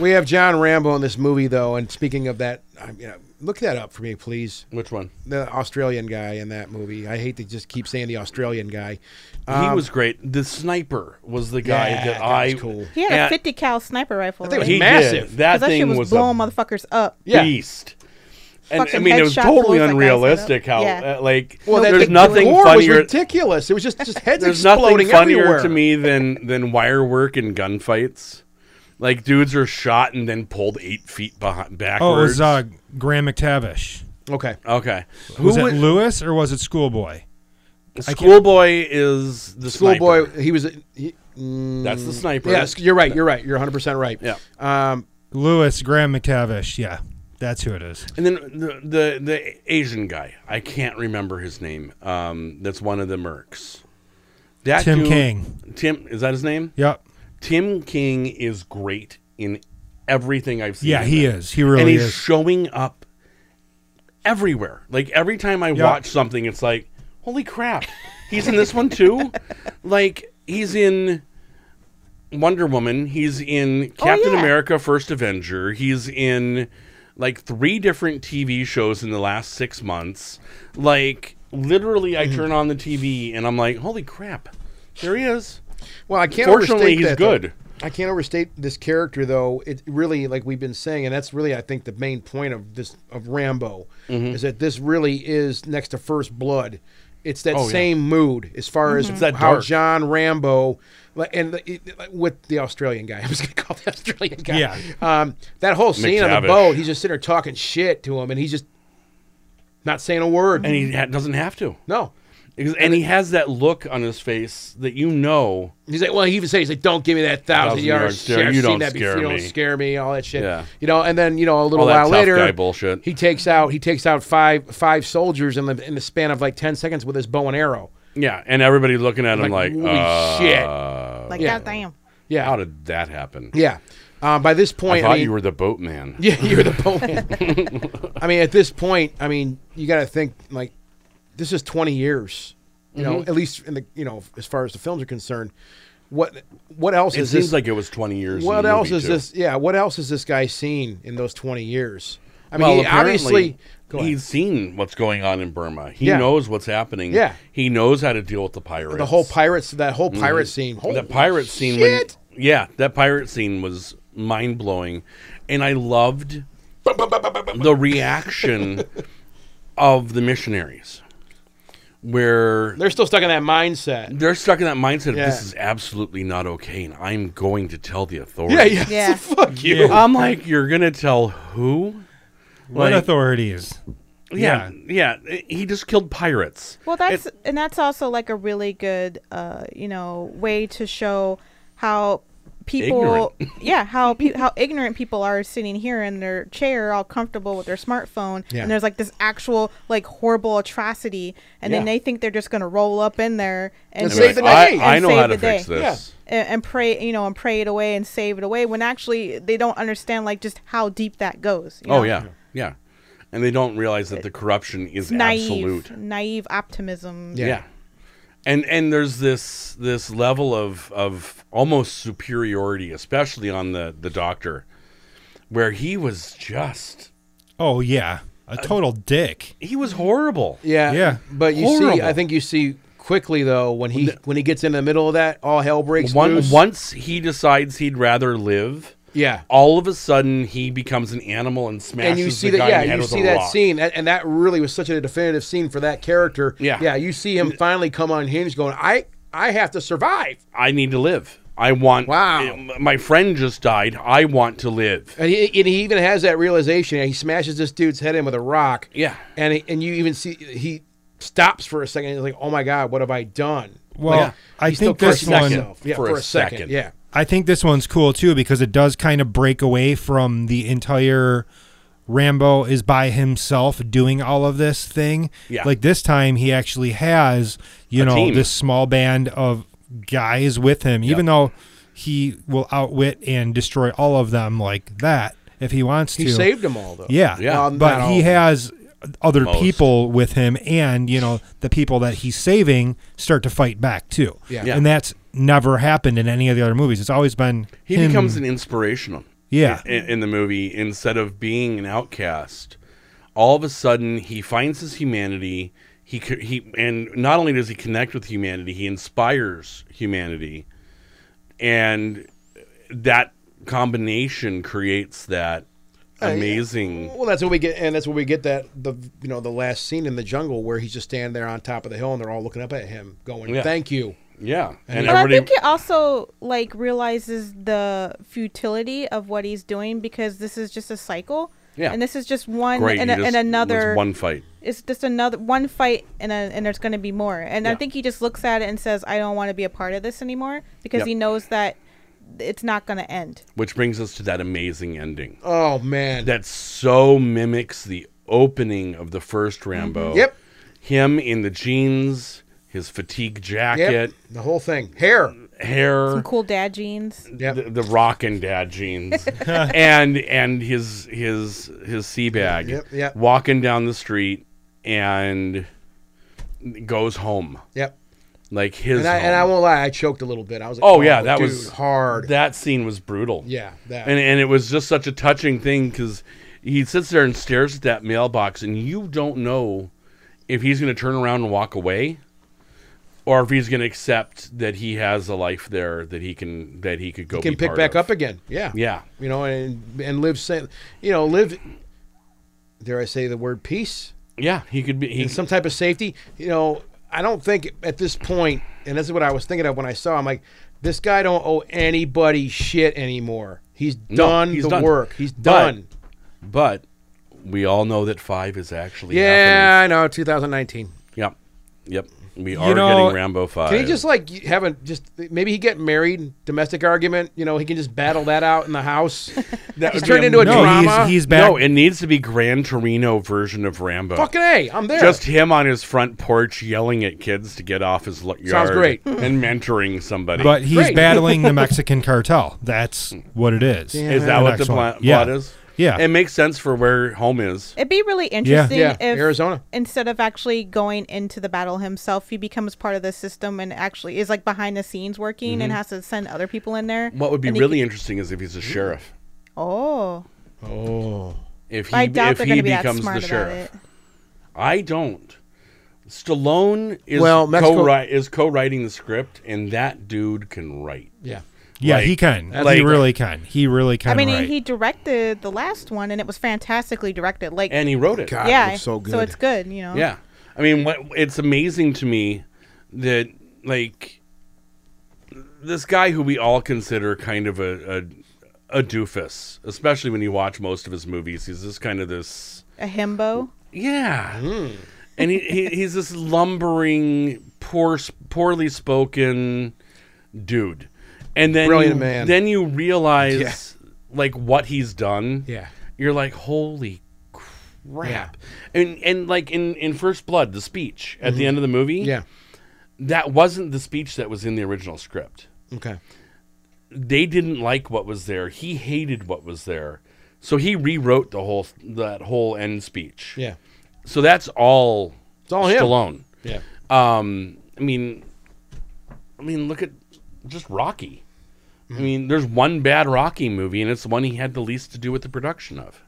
C: we have John Rambo in this movie though, and speaking of that, I, you know, look that up for me, please.
E: which one?
C: The Australian guy in that movie. I hate to just keep saying the Australian guy.
E: he was great. The sniper was the guy
C: Yeah,
E: that
C: that
E: I.
C: was cool.
D: He had a
E: and-
D: 50 cal sniper rifle.
C: think it was
E: He
D: right?
E: massive.
C: massive.
E: That
D: that shit
E: thing
D: was,
E: was,
D: blowing
E: a
D: motherfuckers up.
C: Yeah.
E: beast. And I
D: Fucking
E: mean, it was
D: headshot
E: totally
D: blows that guy set
E: unrealistic
D: up.
E: how
D: Yeah.
E: uh, like
C: Well, that
E: there's
C: the
E: nothing
C: gore was
E: funnier.
C: ridiculous. It was just just heads
E: There's nothing
C: exploding
E: funnier
C: everywhere.
E: to me than than wire work and gunfights. Like dudes are shot and then pulled eight feet behind,
B: Oh, it
E: backwards.
B: was uh, Graham McTavish.
C: Okay.
E: Okay.
B: Was
E: Who
B: it
E: would-
B: Lewis or was it Schoolboy?
E: Schoolboy is the
C: Schoolboy.
E: sniper.
C: He was. He, mm,
E: That's the sniper.
C: Yes, you're right. You're right. You're 100 percent right.
E: Yeah.
C: Um,
B: Lewis Graham McTavish. Yeah, that's who it is.
E: And then the, the the Asian guy, I can't remember his name. Um, that's one of the mercs. That
B: Tim
E: dude-
B: King.
E: Tim is that his name?
B: Yep.
E: Tim King is great in everything I've seen.
B: Yeah,
E: him
B: he
E: in.
B: is. He really
E: and he's
B: is.
E: showing up everywhere. Like every time I watch something, it's like, holy crap, he's in this one too. like he's in Wonder Woman. He's in
B: Oh,
E: Captain
D: yeah.
E: America: First Avenger. He's in like three different TV shows in the last six months. Like literally,
B: Mm-hmm.
E: I turn on the TV and I'm like, holy crap, there he is.
C: well, I can't.
E: Fortunately,
C: overstate
E: he's
C: that, though.
E: good.
C: I can't overstate this character though. It really, like we've been saying, and that's really, I think, the main point of this of Rambo
E: Mm-hmm.
C: is that this really is next to First Blood. It's that
E: Oh, yeah. Mm-hmm.
C: same mood as far as
E: that
C: how
E: dark.
C: John Rambo, like, and the, it- like, with the Australian guy. I was gonna call the Australian guy.
B: Yeah.
E: Uh,
C: Um, that whole scene on the
E: Tavish.
C: boat, he's just sitting there talking shit to him, and he's just not saying a word.
E: and he ha- doesn't have to.
C: no.
E: Because- And he has that look on his face that you know.
C: He's like, well, he even said, he's like, don't give me that thousand,
E: Thousand
C: yard,
E: yard
C: stare.
E: stare.
C: I've
E: You
C: seen
E: don't
C: that before.
E: scare
C: You
E: me."
C: don't scare me. All that shit.
E: Yeah.
C: You know, and then you know, a little
E: All that
C: while
E: tough
C: later,
E: guy bullshit.
C: he takes out he takes out five five soldiers in the in the span of like ten seconds with his bow and arrow.
E: Yeah, and everybody looking at him
C: Like,
E: like,
C: holy
E: uh,
C: shit.
D: Like,
C: Yeah.
D: God damn.
C: Yeah.
E: How did that happen?
C: yeah. Um, by this
E: I
C: point, I,
E: thought
C: mean,
E: you were the boatman.
C: yeah, you're the bowman. I mean, at this point, I mean, you got to think like this is 20 years, you know,
E: Mm-hmm.
C: at least in the you know as far as the films are concerned. What what else
E: It
C: is
E: seems
C: this?
E: like it was 20 years. in
C: What
E: the
C: else
E: movie,
C: is
E: too.
C: this? Yeah, what else has this guy seen in those twenty years? I mean,
E: well,
C: he obviously,
E: apparently,
C: Go ahead.
E: he's seen what's going on in Burma. He
C: Yeah.
E: knows what's happening.
C: Yeah.
E: He knows how to deal with the pirates.
C: the whole pirates, that whole pirate scene,
E: Mm-hmm. The
C: Holy
E: pirate scene. when-
C: Oh, shit!
E: yeah, that pirate scene was mind blowing, and I loved the reaction of the missionaries, where
C: they're still stuck in that mindset.
E: they're stuck in that mindset of
C: Yeah.
E: this is absolutely not okay, and I'm going to tell the authorities.
C: Yeah, yeah,
D: Yeah.
C: fuck you.
B: Yeah.
E: I'm like, you're gonna tell who?
B: What
E: Like,
B: authorities?
E: yeah, yeah, He just killed pirates.
D: Well, that's
E: It-
D: and that's also like a really good, uh, you know, way to show how people, yeah, how pe- how ignorant people are sitting here in their chair, all comfortable with their smartphone,
C: Yeah.
D: and there's like this actual like horrible atrocity, and then
C: Yeah.
D: they think they're just gonna roll up in there and,
C: And
E: I'm
C: save
E: like,
C: the day.
E: I, I
D: And
E: know
D: save
E: how to
D: the day.
E: fix this.
D: and, and pray, you know, and pray it away and save it away. When actually they don't understand like just how deep that goes. you
E: Oh
D: know?
E: yeah, yeah. And they don't realize that the corruption is
D: naive,
E: absolute.
D: naive optimism.
E: Yeah. And and there's this this level of of almost superiority, especially on the the doctor, where he was just
B: Oh yeah, a total dick.
E: he was horrible.
C: Yeah,
B: Yeah.
C: But you see,
E: Horrible.
C: I think you see quickly though when he when he gets in the middle of that, all hell breaks
E: One,
C: loose.
E: once he decides he'd rather live,
C: yeah.
E: all of a sudden he becomes an animal and smashes
C: and you see
E: the
C: that,
E: guy in the
C: yeah,
E: head
C: you
E: with
C: see
E: a
C: that
E: rock.
C: scene, and, and that really was such a definitive scene for that character.
E: Yeah.
C: yeah, you see him finally come unhinged, going, "I, I have to survive."
E: I need to live. I want.
C: Wow.
E: My friend just died. I want to live.
C: And he, and he even has that realization. And he smashes this dude's head in with a rock.
E: Yeah.
C: And he, and you even see he stops for a second. And he's like, "Oh my god, what have I done?"
B: Well,
E: Yeah.
B: I
C: He still
B: think this
C: curses
B: one.
C: himself. yeah, for, a, second. yeah.
B: I think this one's cool too because it does kind of break away from the entire Rambo is by himself doing all of this thing.
E: Yeah.
B: Like this time he actually has, you know,
E: team.
B: this small band of guys with him, even though he will outwit and destroy all of them like that if he wants
C: He
B: to.
C: saved them all though.
B: yeah.
E: Yeah. Well,
C: not
B: But
C: all.
B: he has other
E: Most.
B: people with him and, you know, the people that he's saving start to fight back too.
C: Yeah.
E: Yeah.
B: And that's never happened in any of the other movies. It's always been
E: He
B: him.
E: becomes an inspirational.
B: Yeah.
E: In, in the movie, instead of being an outcast, all of a sudden he finds his humanity. He co- he, and not only does he connect with humanity, he inspires humanity, and that combination creates that
D: Oh,
E: amazing.
C: Well, that's what we get, and that's what we get that the you know the last scene in the jungle where he's just standing there on top of the hill, and they're all looking up at him, going,
E: Yeah.
C: "Thank you."
E: Yeah, and
D: But I
E: everybody.
D: think he also like realizes the futility of what he's doing because this is just a cycle.
E: Yeah.
D: And this is just one
E: Great.
D: and,
E: you
D: a- and
E: just-
D: another
E: was one fight.
D: it's just another one fight and a, and there's going to be more and i
E: Yeah.
D: think he just looks at it and says i don't want to be a part of this anymore because
E: Yep.
D: he knows that it's not going to end
E: Which brings us to that amazing ending
C: Oh man.
E: that so mimics the opening of the first
D: Mm-hmm.
E: Rambo.
C: Yep.
E: Him in the jeans, his fatigue
C: Yep.
E: jacket,
C: The whole thing. Hair.
E: hair,
D: some cool dad jeans
C: Yep.
E: the, the rock and dad jeans, and and his his his sea bag.
C: Yep, yep.
E: Walking down the street and goes home
C: Yep.
E: like his.
C: And I, and I
E: home.
C: won't lie, I choked a little bit. I was like,
E: Oh, yeah, that
C: dude,
E: was-
C: hard.
E: That scene was brutal.
C: yeah, that.
E: and and it was just such a touching thing because he sits there and stares at that mailbox, and you don't know if he's going to turn around and walk away, or if he's going to accept that he has a life there that he can that he could go
C: can
E: be
C: pick
E: part
C: back
E: of.
C: up again. Yeah.
E: Yeah.
C: You know, and and live sa- you know, live dare I say the word peace
E: Yeah, he could be. He,
C: and some type of safety. You know, I don't think at this point, and this is what I was thinking of when I saw. I'm like, this guy don't owe anybody shit anymore. He's
E: No,
C: done
E: he's
C: the
E: done.
C: work. He's
E: But-
C: done.
E: but we all know that five is actually
C: yeah, I know. 2019.
E: Happening. Yep. Yep. We are
B: know,
E: getting Rambo five.
C: Can he just like y- have a just maybe he get married, domestic argument? You know, he can just battle that out in the house.
E: That
C: He's
E: would be
C: turned into a
E: amazing.
B: No,
C: drama.
B: he's he's back.
E: No, it needs to be Gran Torino version of Rambo.
C: Fucking a, I'm there.
E: Just him on his front porch yelling at kids to get off his lo- yard.
C: great.
E: And mentoring somebody.
B: but he's
C: Great.
B: battling the Mexican cartel. That's what it is.
E: Hmm. is that
B: The
E: what the
B: next
E: pla-
B: one.
E: plot
B: Yeah.
E: is?
B: Yeah.
E: It makes sense for where home is.
D: it'd be really interesting
C: Yeah,
D: if
C: Arizona.
D: instead of actually going into the battle himself he becomes part of the system and actually is like behind the scenes working and has to send other people in there
E: Mm-hmm. What would be
D: And he
E: really interesting is if he's a sheriff.
D: oh
C: oh,
E: If he
D: i doubt
E: if
D: they're going
E: he
D: to be that
E: becomes
D: smart
E: the
D: about
E: sheriff.
D: it
E: I don't. Stallone is
C: Well, Mexico-
E: co-wri- is co-writing the script, and that dude can write.
C: yeah.
B: Yeah,
E: Like-
B: he can.
E: like-
B: he really can. He really can.
D: i mean
B: write.
D: he directed the last one and it was fantastically directed like
E: And he wrote it.
C: God, it
D: yeah
C: looks so good.
D: so it's good you know
E: Yeah, I mean, what, it's amazing to me that like this guy who we all consider kind of a, a a doofus, especially when you watch most of his movies, he's just kind of this
D: a himbo
E: yeah,
C: Hmm.
E: and he, he he's this lumbering, poor, poorly spoken dude, and then
C: Brilliant
E: you,
C: man.
E: Then you realize like what he's done.
C: Yeah.
E: you're like, holy
C: Yeah.
E: crap! And and like in in First Blood, the speech at the end of the movie,
C: Mm-hmm. Yeah.
E: that wasn't the speech that was in the original script.
C: Okay.
E: They didn't like what was there. He hated what was there, so he rewrote the whole that whole end speech.
C: Yeah.
E: So that's all. It's
C: all him.
E: Stallone.
C: Yeah.
E: Um, I mean, I mean, look at just Rocky. I mean, there's one bad Rocky movie, and it's the one he had the least to do with the production of.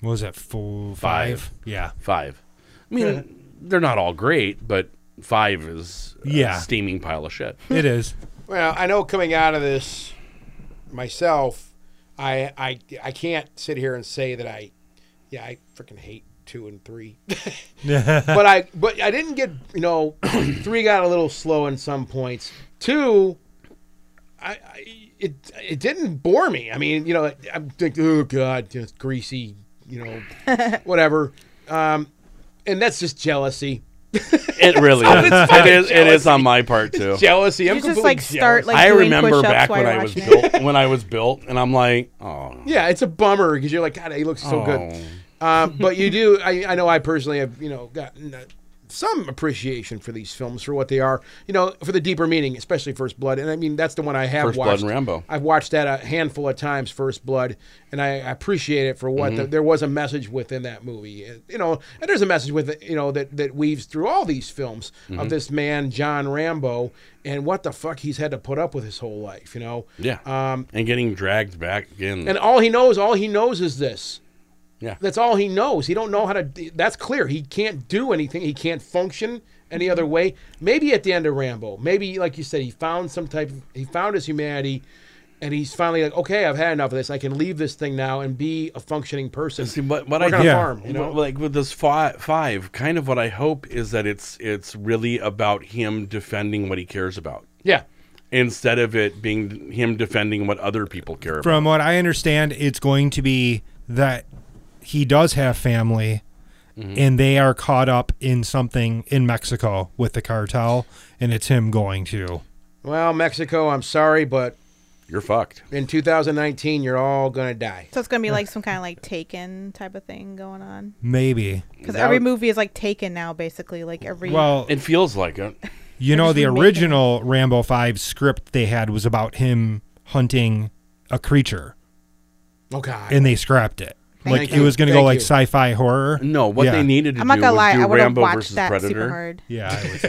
B: what was that? Four,
E: Five.
B: five? Yeah.
E: Five. I mean, they're not all great, but five is a
B: Yeah.
E: steaming pile of shit.
B: It is.
C: Well, I know coming out of this myself, I I I can't sit here and say that I yeah, I freaking hate 2 and 3. but I but I didn't get, you know, 3 got a little slow in some points. 2 I, I it it didn't bore me. I mean, you know, I'm thinking, oh god, just greasy, you know, whatever. Um and that's just jealousy.
E: It really is. It is, it is on my part, too.
C: Jealousy. I'm
D: you just
C: completely
D: like start
C: jealous.
D: like
E: I
D: doing
E: remember
D: push-ups
E: back
D: while
E: when
D: you're
E: I was
D: watching it.
E: built, when I was built, and I'm like, oh,
C: Yeah, it's a bummer because you're like, God, he looks so good. Uh, but you do. I, I know. I personally have, you know, gotten uh, some appreciation for these films for what they are. You know, for the deeper meaning, especially First Blood. And I mean, that's the one I have
E: First Blood
C: watched.
E: and Rambo.
C: I've watched that a handful of times, First Blood, and I appreciate it for what
E: Mm-hmm.
C: the, there was a message within that movie. And, you know, and there's a message with it, you know that that weaves through all these films
E: Mm-hmm.
C: of this man John Rambo and what the fuck he's had to put up with his whole life. You know.
E: yeah.
C: Um,
E: and getting dragged back again.
C: and all he knows, all he knows is this.
E: Yeah.
C: That's all he knows. He don't know how to. That's clear. He can't do anything. He can't function any other way. Maybe at the end of Rambo, maybe like you said, he found some type. Of, he found his humanity, and he's finally like, okay, I've had enough of this. I can leave this thing now and be a functioning person.
E: See, what, what
C: Work
E: I
C: on a
B: Yeah.
C: farm, you know.
E: Well, like with this five, five, kind of what I hope is that it's it's really about him defending what he cares about
C: yeah.
E: instead of it being him defending what other people care about.
B: From what I understand, it's going to be that he does have family
C: Mm-hmm.
B: and they are caught up in something in Mexico with the cartel and it's him going to.
C: Well, Mexico, I'm sorry, but
E: You're fucked.
C: in 2019, you're all gonna die.
D: So it's gonna be like some kind of like Taken type of thing going on
B: Maybe.
D: because
E: That
D: every
E: would-
D: movie is like Taken now, basically. Like every
B: Well,
E: It feels like it.
B: you know
D: just
B: the
D: remaking it.
B: original Rambo 5 script they had was about him hunting a creature
C: Oh God.
B: and they scrapped it.
C: Thank
B: like
C: you.
B: it was going to go
C: Thank
B: like
C: you.
B: sci-fi horror.
E: No, what
B: Yeah.
E: they needed to
D: I'm not
E: do
D: gonna
E: was
D: lie,
E: do
D: I would have
E: Rambo
D: watched
E: versus
D: that super
E: Predator.
D: hard.
B: Yeah, I was-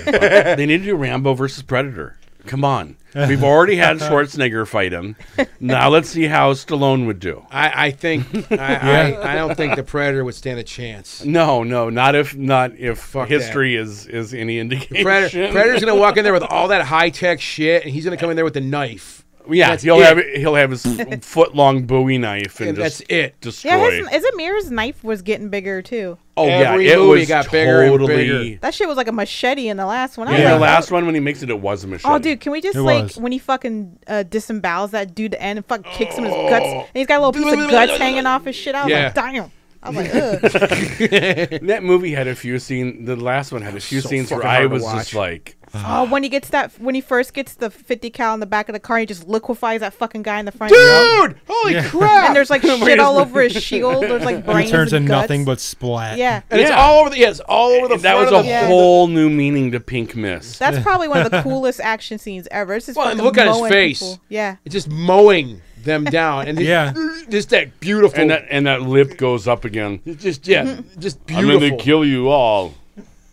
E: they need to do Rambo versus Predator. Come on. We've already had Schwarzenegger fight him. Now let's see how Stallone would do.
C: I, I think I, I, I don't think the predator would stand a chance.
E: No, no, not if not if
C: Fuck
E: history is is any indication.
C: Predator, predator's gonna walk in there with all that high tech shit, and he's gonna come in there with the knife.
E: yeah,
C: That's
E: he'll
C: it.
E: have he'll have his foot long Bowie knife and,
C: And
E: just
C: that's it.
E: destroy.
D: yeah, his, is it Mir's knife was getting bigger too?
E: oh
C: Every
E: yeah, it
C: movie
E: was
C: got bigger and
E: totally.
C: bigger.
D: That shit was like a machete in the last one. I was
E: Yeah,
D: like,
E: the last one when he makes it, it was a machete.
D: Oh, dude, can we just
B: It
D: like
B: was.
D: when he fucking uh, disembowels that dude and fuck kicks him in his guts,
C: Oh.
D: and he's got a little piece of guts hanging off his shit. I was
C: Yeah.
D: like, damn. I was like, ugh.
E: that movie had a few scenes. The last one had a few
C: so
E: scenes where
C: fucking
E: I
C: hard to
E: was
C: watch.
E: just like,
D: oh, when he gets that, when he first gets the 50 cal in the back of the car, he just liquefies that fucking guy in the front.
C: Dude, holy crap!
D: And there's like shit all over his shield. There's like brains.
B: It turns
D: and
B: into
D: guts.
B: nothing but splat.
D: Yeah.
C: And it's
E: Yeah.
C: all over the yeah, it's all over the.
E: that was a
C: front of
D: Yeah.
C: the,
E: whole new meaning to Pink Mist.
D: That's probably one of the coolest action scenes ever. It's just
C: Well,
D: fucking
C: look at his
D: mowing
C: face.
D: people. Yeah.
C: It's just mowing them down, and
B: Yeah.
C: just, just that beautiful,
E: and that and that lip goes up again.
C: it's just yeah,
D: Mm-hmm.
C: just beautiful.
E: I'm gonna kill you all.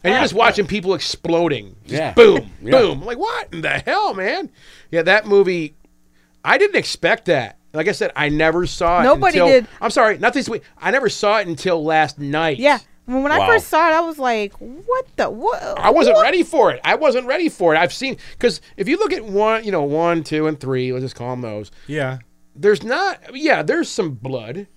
C: and you're just watching people exploding. Just
E: Yeah.
C: boom,
E: Yeah.
C: boom. I'm like, what in the hell, man? Yeah, that movie, I didn't expect that. Like I said, I never saw it.
D: Nobody
C: until-
D: did.
C: I'm sorry, not this week. I never saw it until last night.
D: Yeah. When, when
E: Wow.
D: I first saw it, I was like, what the? What?
C: I wasn't ready for it. I wasn't ready for it. I've seen because if you look at one, you know, one, two, and three, let's just call them those.
B: Yeah.
C: There's not, yeah, there's some blood.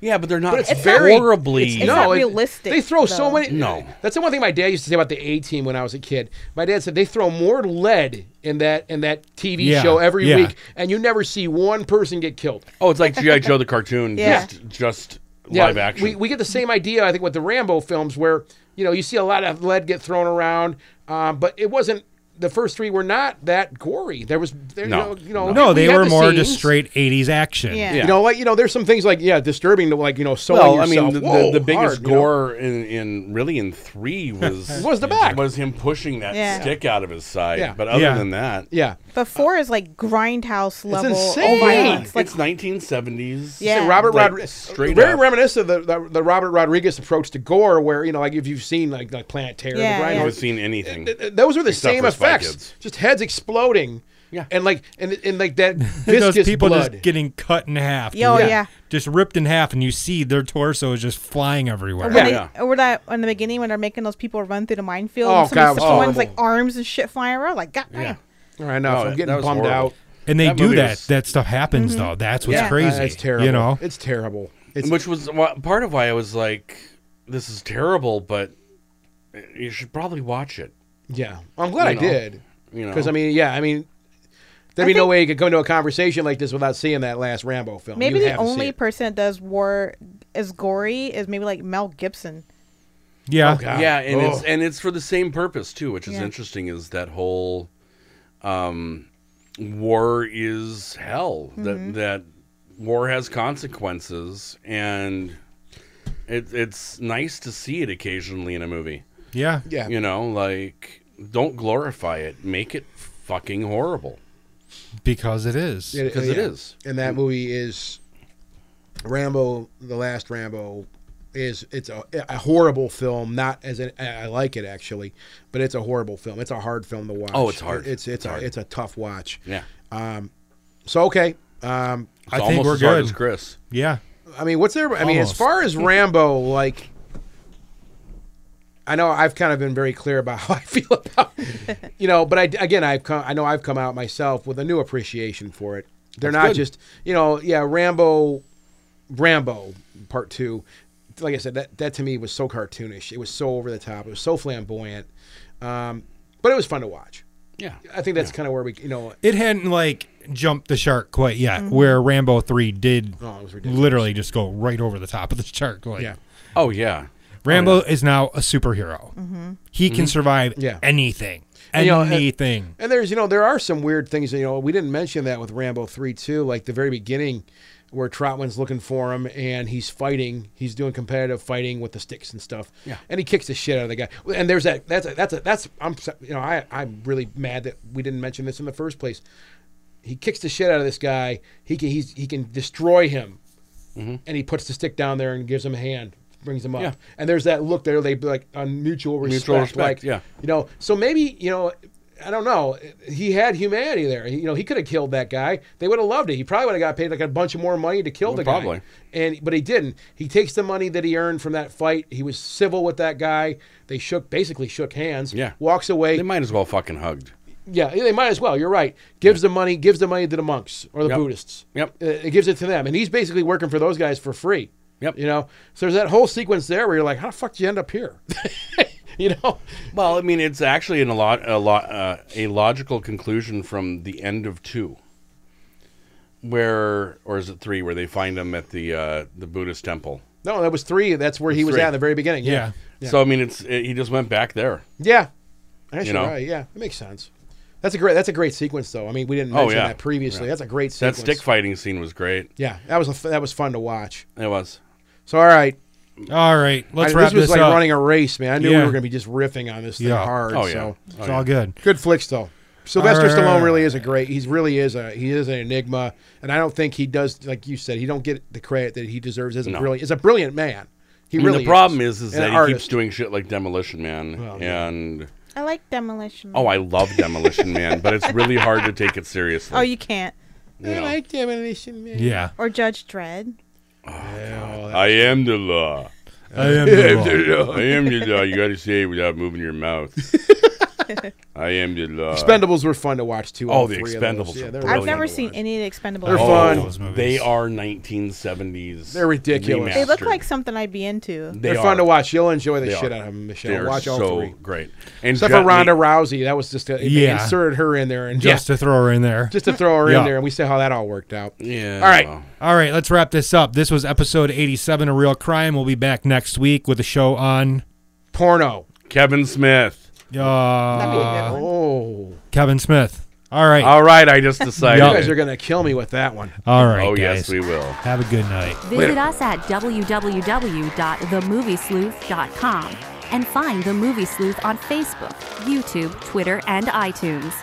E: Yeah, but they're not
C: it's very-
E: horribly.
C: it's
D: It's
C: No,
D: not
C: it-
D: realistic.
C: They throw so
D: though.
C: many.
E: No.
C: that's the one thing my dad used to say about the A team when I was a kid. My dad said they throw more lead in that in that TV
B: Yeah,
C: show every
B: yeah.
C: week, and you never see one person get killed.
E: oh, it's like GI Joe the cartoon,
D: Yeah.
E: just just
C: Yeah,
E: live action.
C: We, we get the same idea, I think, with the Rambo films, where you know you see a lot of lead get thrown around, um, but it wasn't. The first three were not that gory. There was, there, you
E: No,
C: know, you know,
B: No,
C: we
B: they
C: had
B: were
C: the
B: more just
C: scenes.
B: straight 80s action.
D: Yeah.
E: Yeah.
C: You know, like you know, there's some things like yeah, disturbing to like you know, sewing
E: well, I mean,
C: yourself.
E: the,
C: Whoa,
E: the, the biggest
C: hard, you know?
E: gore in, in really in three was
C: Was the back.
E: was him pushing that
D: Yeah.
E: stick out of his side.
C: Yeah.
E: But other
B: Yeah.
E: than that,
C: Yeah,
D: But four is like grindhouse level.
C: insane.
D: violence. Like,
E: it's 1970s.
D: Yeah.
C: Say Robert
E: Like,
C: Rodriguez,
E: straight
C: very
E: up.
C: reminiscent of the, the, the Robert Rodriguez approach to gore, where you know, like if you've seen like like Planet Terror,
D: Yeah,
C: the
E: I've
C: Brian
D: yeah.
E: never
C: Hawes-
E: seen anything.
C: th- th- those were the
E: Except
C: same
E: for Spy
C: effects,
E: Kids.
C: just heads exploding,
E: Yeah.
C: and like and and like that
B: Those
C: viscous
B: people
C: blood.
B: just getting cut in half.
E: Oh,
D: Yo,
B: dude.
D: yeah.
B: Just ripped in half, and you see their torso is just flying everywhere.
D: when
E: Yeah.
D: they,
E: Yeah.
D: Or that in the beginning when they're making those people run through the minefield.
C: Oh, God, it
D: and somebody-
C: was
D: someone's
C: horrible.
D: like arms and shit flying around. Like, god damn.
E: Yeah.
C: All right, enough.
E: No,
C: I'm
E: that
C: getting
E: was
C: bummed
E: horrible.
C: out.
B: And they
E: That
B: do
E: movie
B: that.
E: was-
B: That stuff happens, though. That's what's
E: Mm-hmm. Yeah.
C: Uh,
B: crazy.
C: It's terrible.
B: You know?
C: it's terrible. It's
E: which was wh- part of why I was like, "This is terrible," but you should probably watch it.
C: yeah. I'm glad I
E: know.
C: did
E: You know,
C: because I mean, yeah, I mean. There'd be
D: I
C: no
D: think-
C: way you could go into a conversation like this without seeing that last Rambo film.
D: Maybe
C: You
D: the
C: have to see
D: only
C: it.
D: person that does war is gory is maybe like Mel Gibson.
B: Yeah.
C: oh, God.
E: yeah, and it's
B: Oh.
C: Ugh.
E: and it's for the same purpose too, which is
D: Yeah.
E: interesting. Is that whole um, war is hell? That that war has consequences, and it, it's nice to see it occasionally in a movie.
B: Yeah.
C: yeah,
E: You know, like don't glorify it, make it fucking horrible
B: Because it is.
C: It-
E: because it
C: yeah.
E: is.
C: and that movie is Rambo, the last Rambo, is it's a, a horrible film. Not as in, I I like it actually, but it's a horrible film. It's a hard film to watch.
E: Oh, it's hard.
C: It's it's
E: It's
C: a,
E: hard.
C: it's a tough watch.
E: Yeah,
C: So okay, um,
E: it's
B: I think
E: almost
B: we're
E: as hard
B: good.
E: as Chris.
B: Yeah.
C: I mean, what's there? I mean, as
B: Almost.
C: far as Rambo, like. I know I've kind of been very clear about how I feel about, you know, but I again I've come I know I've come out myself with a new appreciation for it. They're
E: That's
C: not
E: good.
C: just you know yeah Rambo, Rambo Part Two, like I said that that to me was so cartoonish. It was so over the top. It was so flamboyant, um, but it was fun to watch.
E: Yeah.
C: I think that's kind of where we, you know,
B: It hadn't like jumped the shark quite yet,
E: Mm-hmm.
B: where Rambo three did
C: Oh, it was ridiculous.
B: literally just go right over the top of the shark. Like,
C: yeah. Oh,
E: Oh yeah.
B: Rambo is now a superhero.
E: Mm-hmm.
B: He can survive
C: Mm-hmm. Yeah.
B: anything,
C: you know, uh, and-
B: anything.
C: And there's, you know, there are some weird things. You know, we didn't mention that with Rambo three too. Like the very beginning, where Trotman's looking for him and he's fighting. He's doing competitive fighting with the sticks and stuff.
E: Yeah.
C: And he kicks the shit out of the guy. And there's that. That's a, that's a, that's I'm so- you know I I'm really mad that we didn't mention this in the first place. He kicks the shit out of this guy. He can he's he can destroy him. And he puts the stick down there and gives him a hand. Brings him up,
E: Mm-hmm. Yeah.
C: and there's that look there. They like on mutual respect,
E: Mutual respect,
C: like
E: yeah.
C: you know, so maybe you know, I don't know. He had humanity there. He- you know, he could have killed that guy. They would have loved it. He probably would have got paid like a bunch of more money to kill
E: Well,
C: the
E: probably.
C: guy. And but he didn't. He takes the money that he earned from that fight. He was civil with that guy. They shook basically shook hands.
E: Yeah.
C: Walks away.
E: They might as well fucking hugged.
C: yeah, they might as well. You're right. Gives the money. Gives the money to the monks or the
E: Yep.
C: Buddhists.
E: Yep.
C: Uh, It gives it to them, and he's basically working for those guys for free.
E: Yep.
C: You know, so there's that whole sequence there where you're like, how the fuck did you end up here? you know.
E: Well, I mean, it's actually an, a lot, a lot, uh, a logical conclusion from the end of two, where, or is it three, where they find him at the uh, the Buddhist temple.
C: No, that was three. That's where he was
E: Three.
C: at in the very beginning. Yeah. Yeah.
E: So I mean, it's it, he just went back there.
C: Yeah. Actually,
E: You know?
C: right. Yeah, it makes sense. That's a great. That's a great sequence, though. I mean, we didn't
E: Oh,
C: mention
E: yeah.
C: that previously. That's a great
E: That
C: sequence.
E: stick fighting scene was great.
C: Yeah, that was a f that was fun to watch.
E: It was.
C: So, all right,
B: All right, let's
C: I-
B: wrap
C: this was
B: this
C: like
B: up.
C: running a race, man. I knew we
B: Yeah.
C: were going to be just riffing on this thing
B: Yeah.
C: hard.
E: Oh yeah.
C: so.
E: Oh,
B: It's
E: yeah.
B: all good.
C: Good flicks though. Sylvester
B: All
C: Stallone
B: right.
C: really is a great. He's really is a he is an enigma, and I don't think he does like you said. He don't get the credit that he deserves. As a
E: No.
C: brilliant, is a brilliant man. He
E: I mean,
C: really.
E: the problem is, is,
C: And
E: that
C: an
E: he keeps
C: artist.
E: doing shit like Demolition Man,
C: Well, yeah.
E: and
D: I like demolition.
E: oh, I love Demolition Man, but it's really hard to take it seriously.
D: Oh, you can't.
E: you
C: I
E: know.
C: like demolition man.
B: Yeah,
D: Or Judge Dredd.
E: I am the law.
B: I am the law.
E: I am the law. You got to say it without moving your mouth. I am the law.
C: Expendables were fun to watch too.
E: Uh, Oh,
C: all
E: the
C: three of those.
E: Expendables
C: Yeah,
E: are
C: they're
E: brilliant.
D: I've never
E: to
D: seen
E: watch.
D: any of the Expendables.
C: They're
E: Oh,
C: fun.
B: Those movies.
E: They are 1970s.
C: They're ridiculous.
D: They look
E: remastered.
D: like something I'd be into.
E: They
C: They're fun
E: are.
C: to watch. You'll enjoy the
E: They
C: shit
E: are.
C: out of them,
E: They
C: Michelle.
E: are
C: Watch all
E: so
C: three.
E: great. And
C: Except
E: Jet
C: for Ronda
E: Li-
C: Rousey. That was just, a, they
B: Yeah.
C: inserted her in there and
B: Just
C: just,
B: to throw her in there.
C: just to throw her in
B: Yeah.
C: there, and we saw how that all worked out.
E: Yeah.
C: All right.
E: well,
B: All right, let's wrap this up. This was episode 87 of Real Crime. We'll be back next week with a show on
C: Porno.
E: Kevin Smith.
D: That'd
B: uh,
D: be a good one.
C: Oh.
B: Kevin Smith. All right.
E: All right. I just decided.
B: Yeah.
C: You guys are going to kill me with that one.
B: All right.
E: oh,
B: guys.
E: yes, we will.
B: Have a good night.
A: Visit us at www.themoviesleuth.com and find The Movie Sleuth on Facebook, YouTube, Twitter, and iTunes.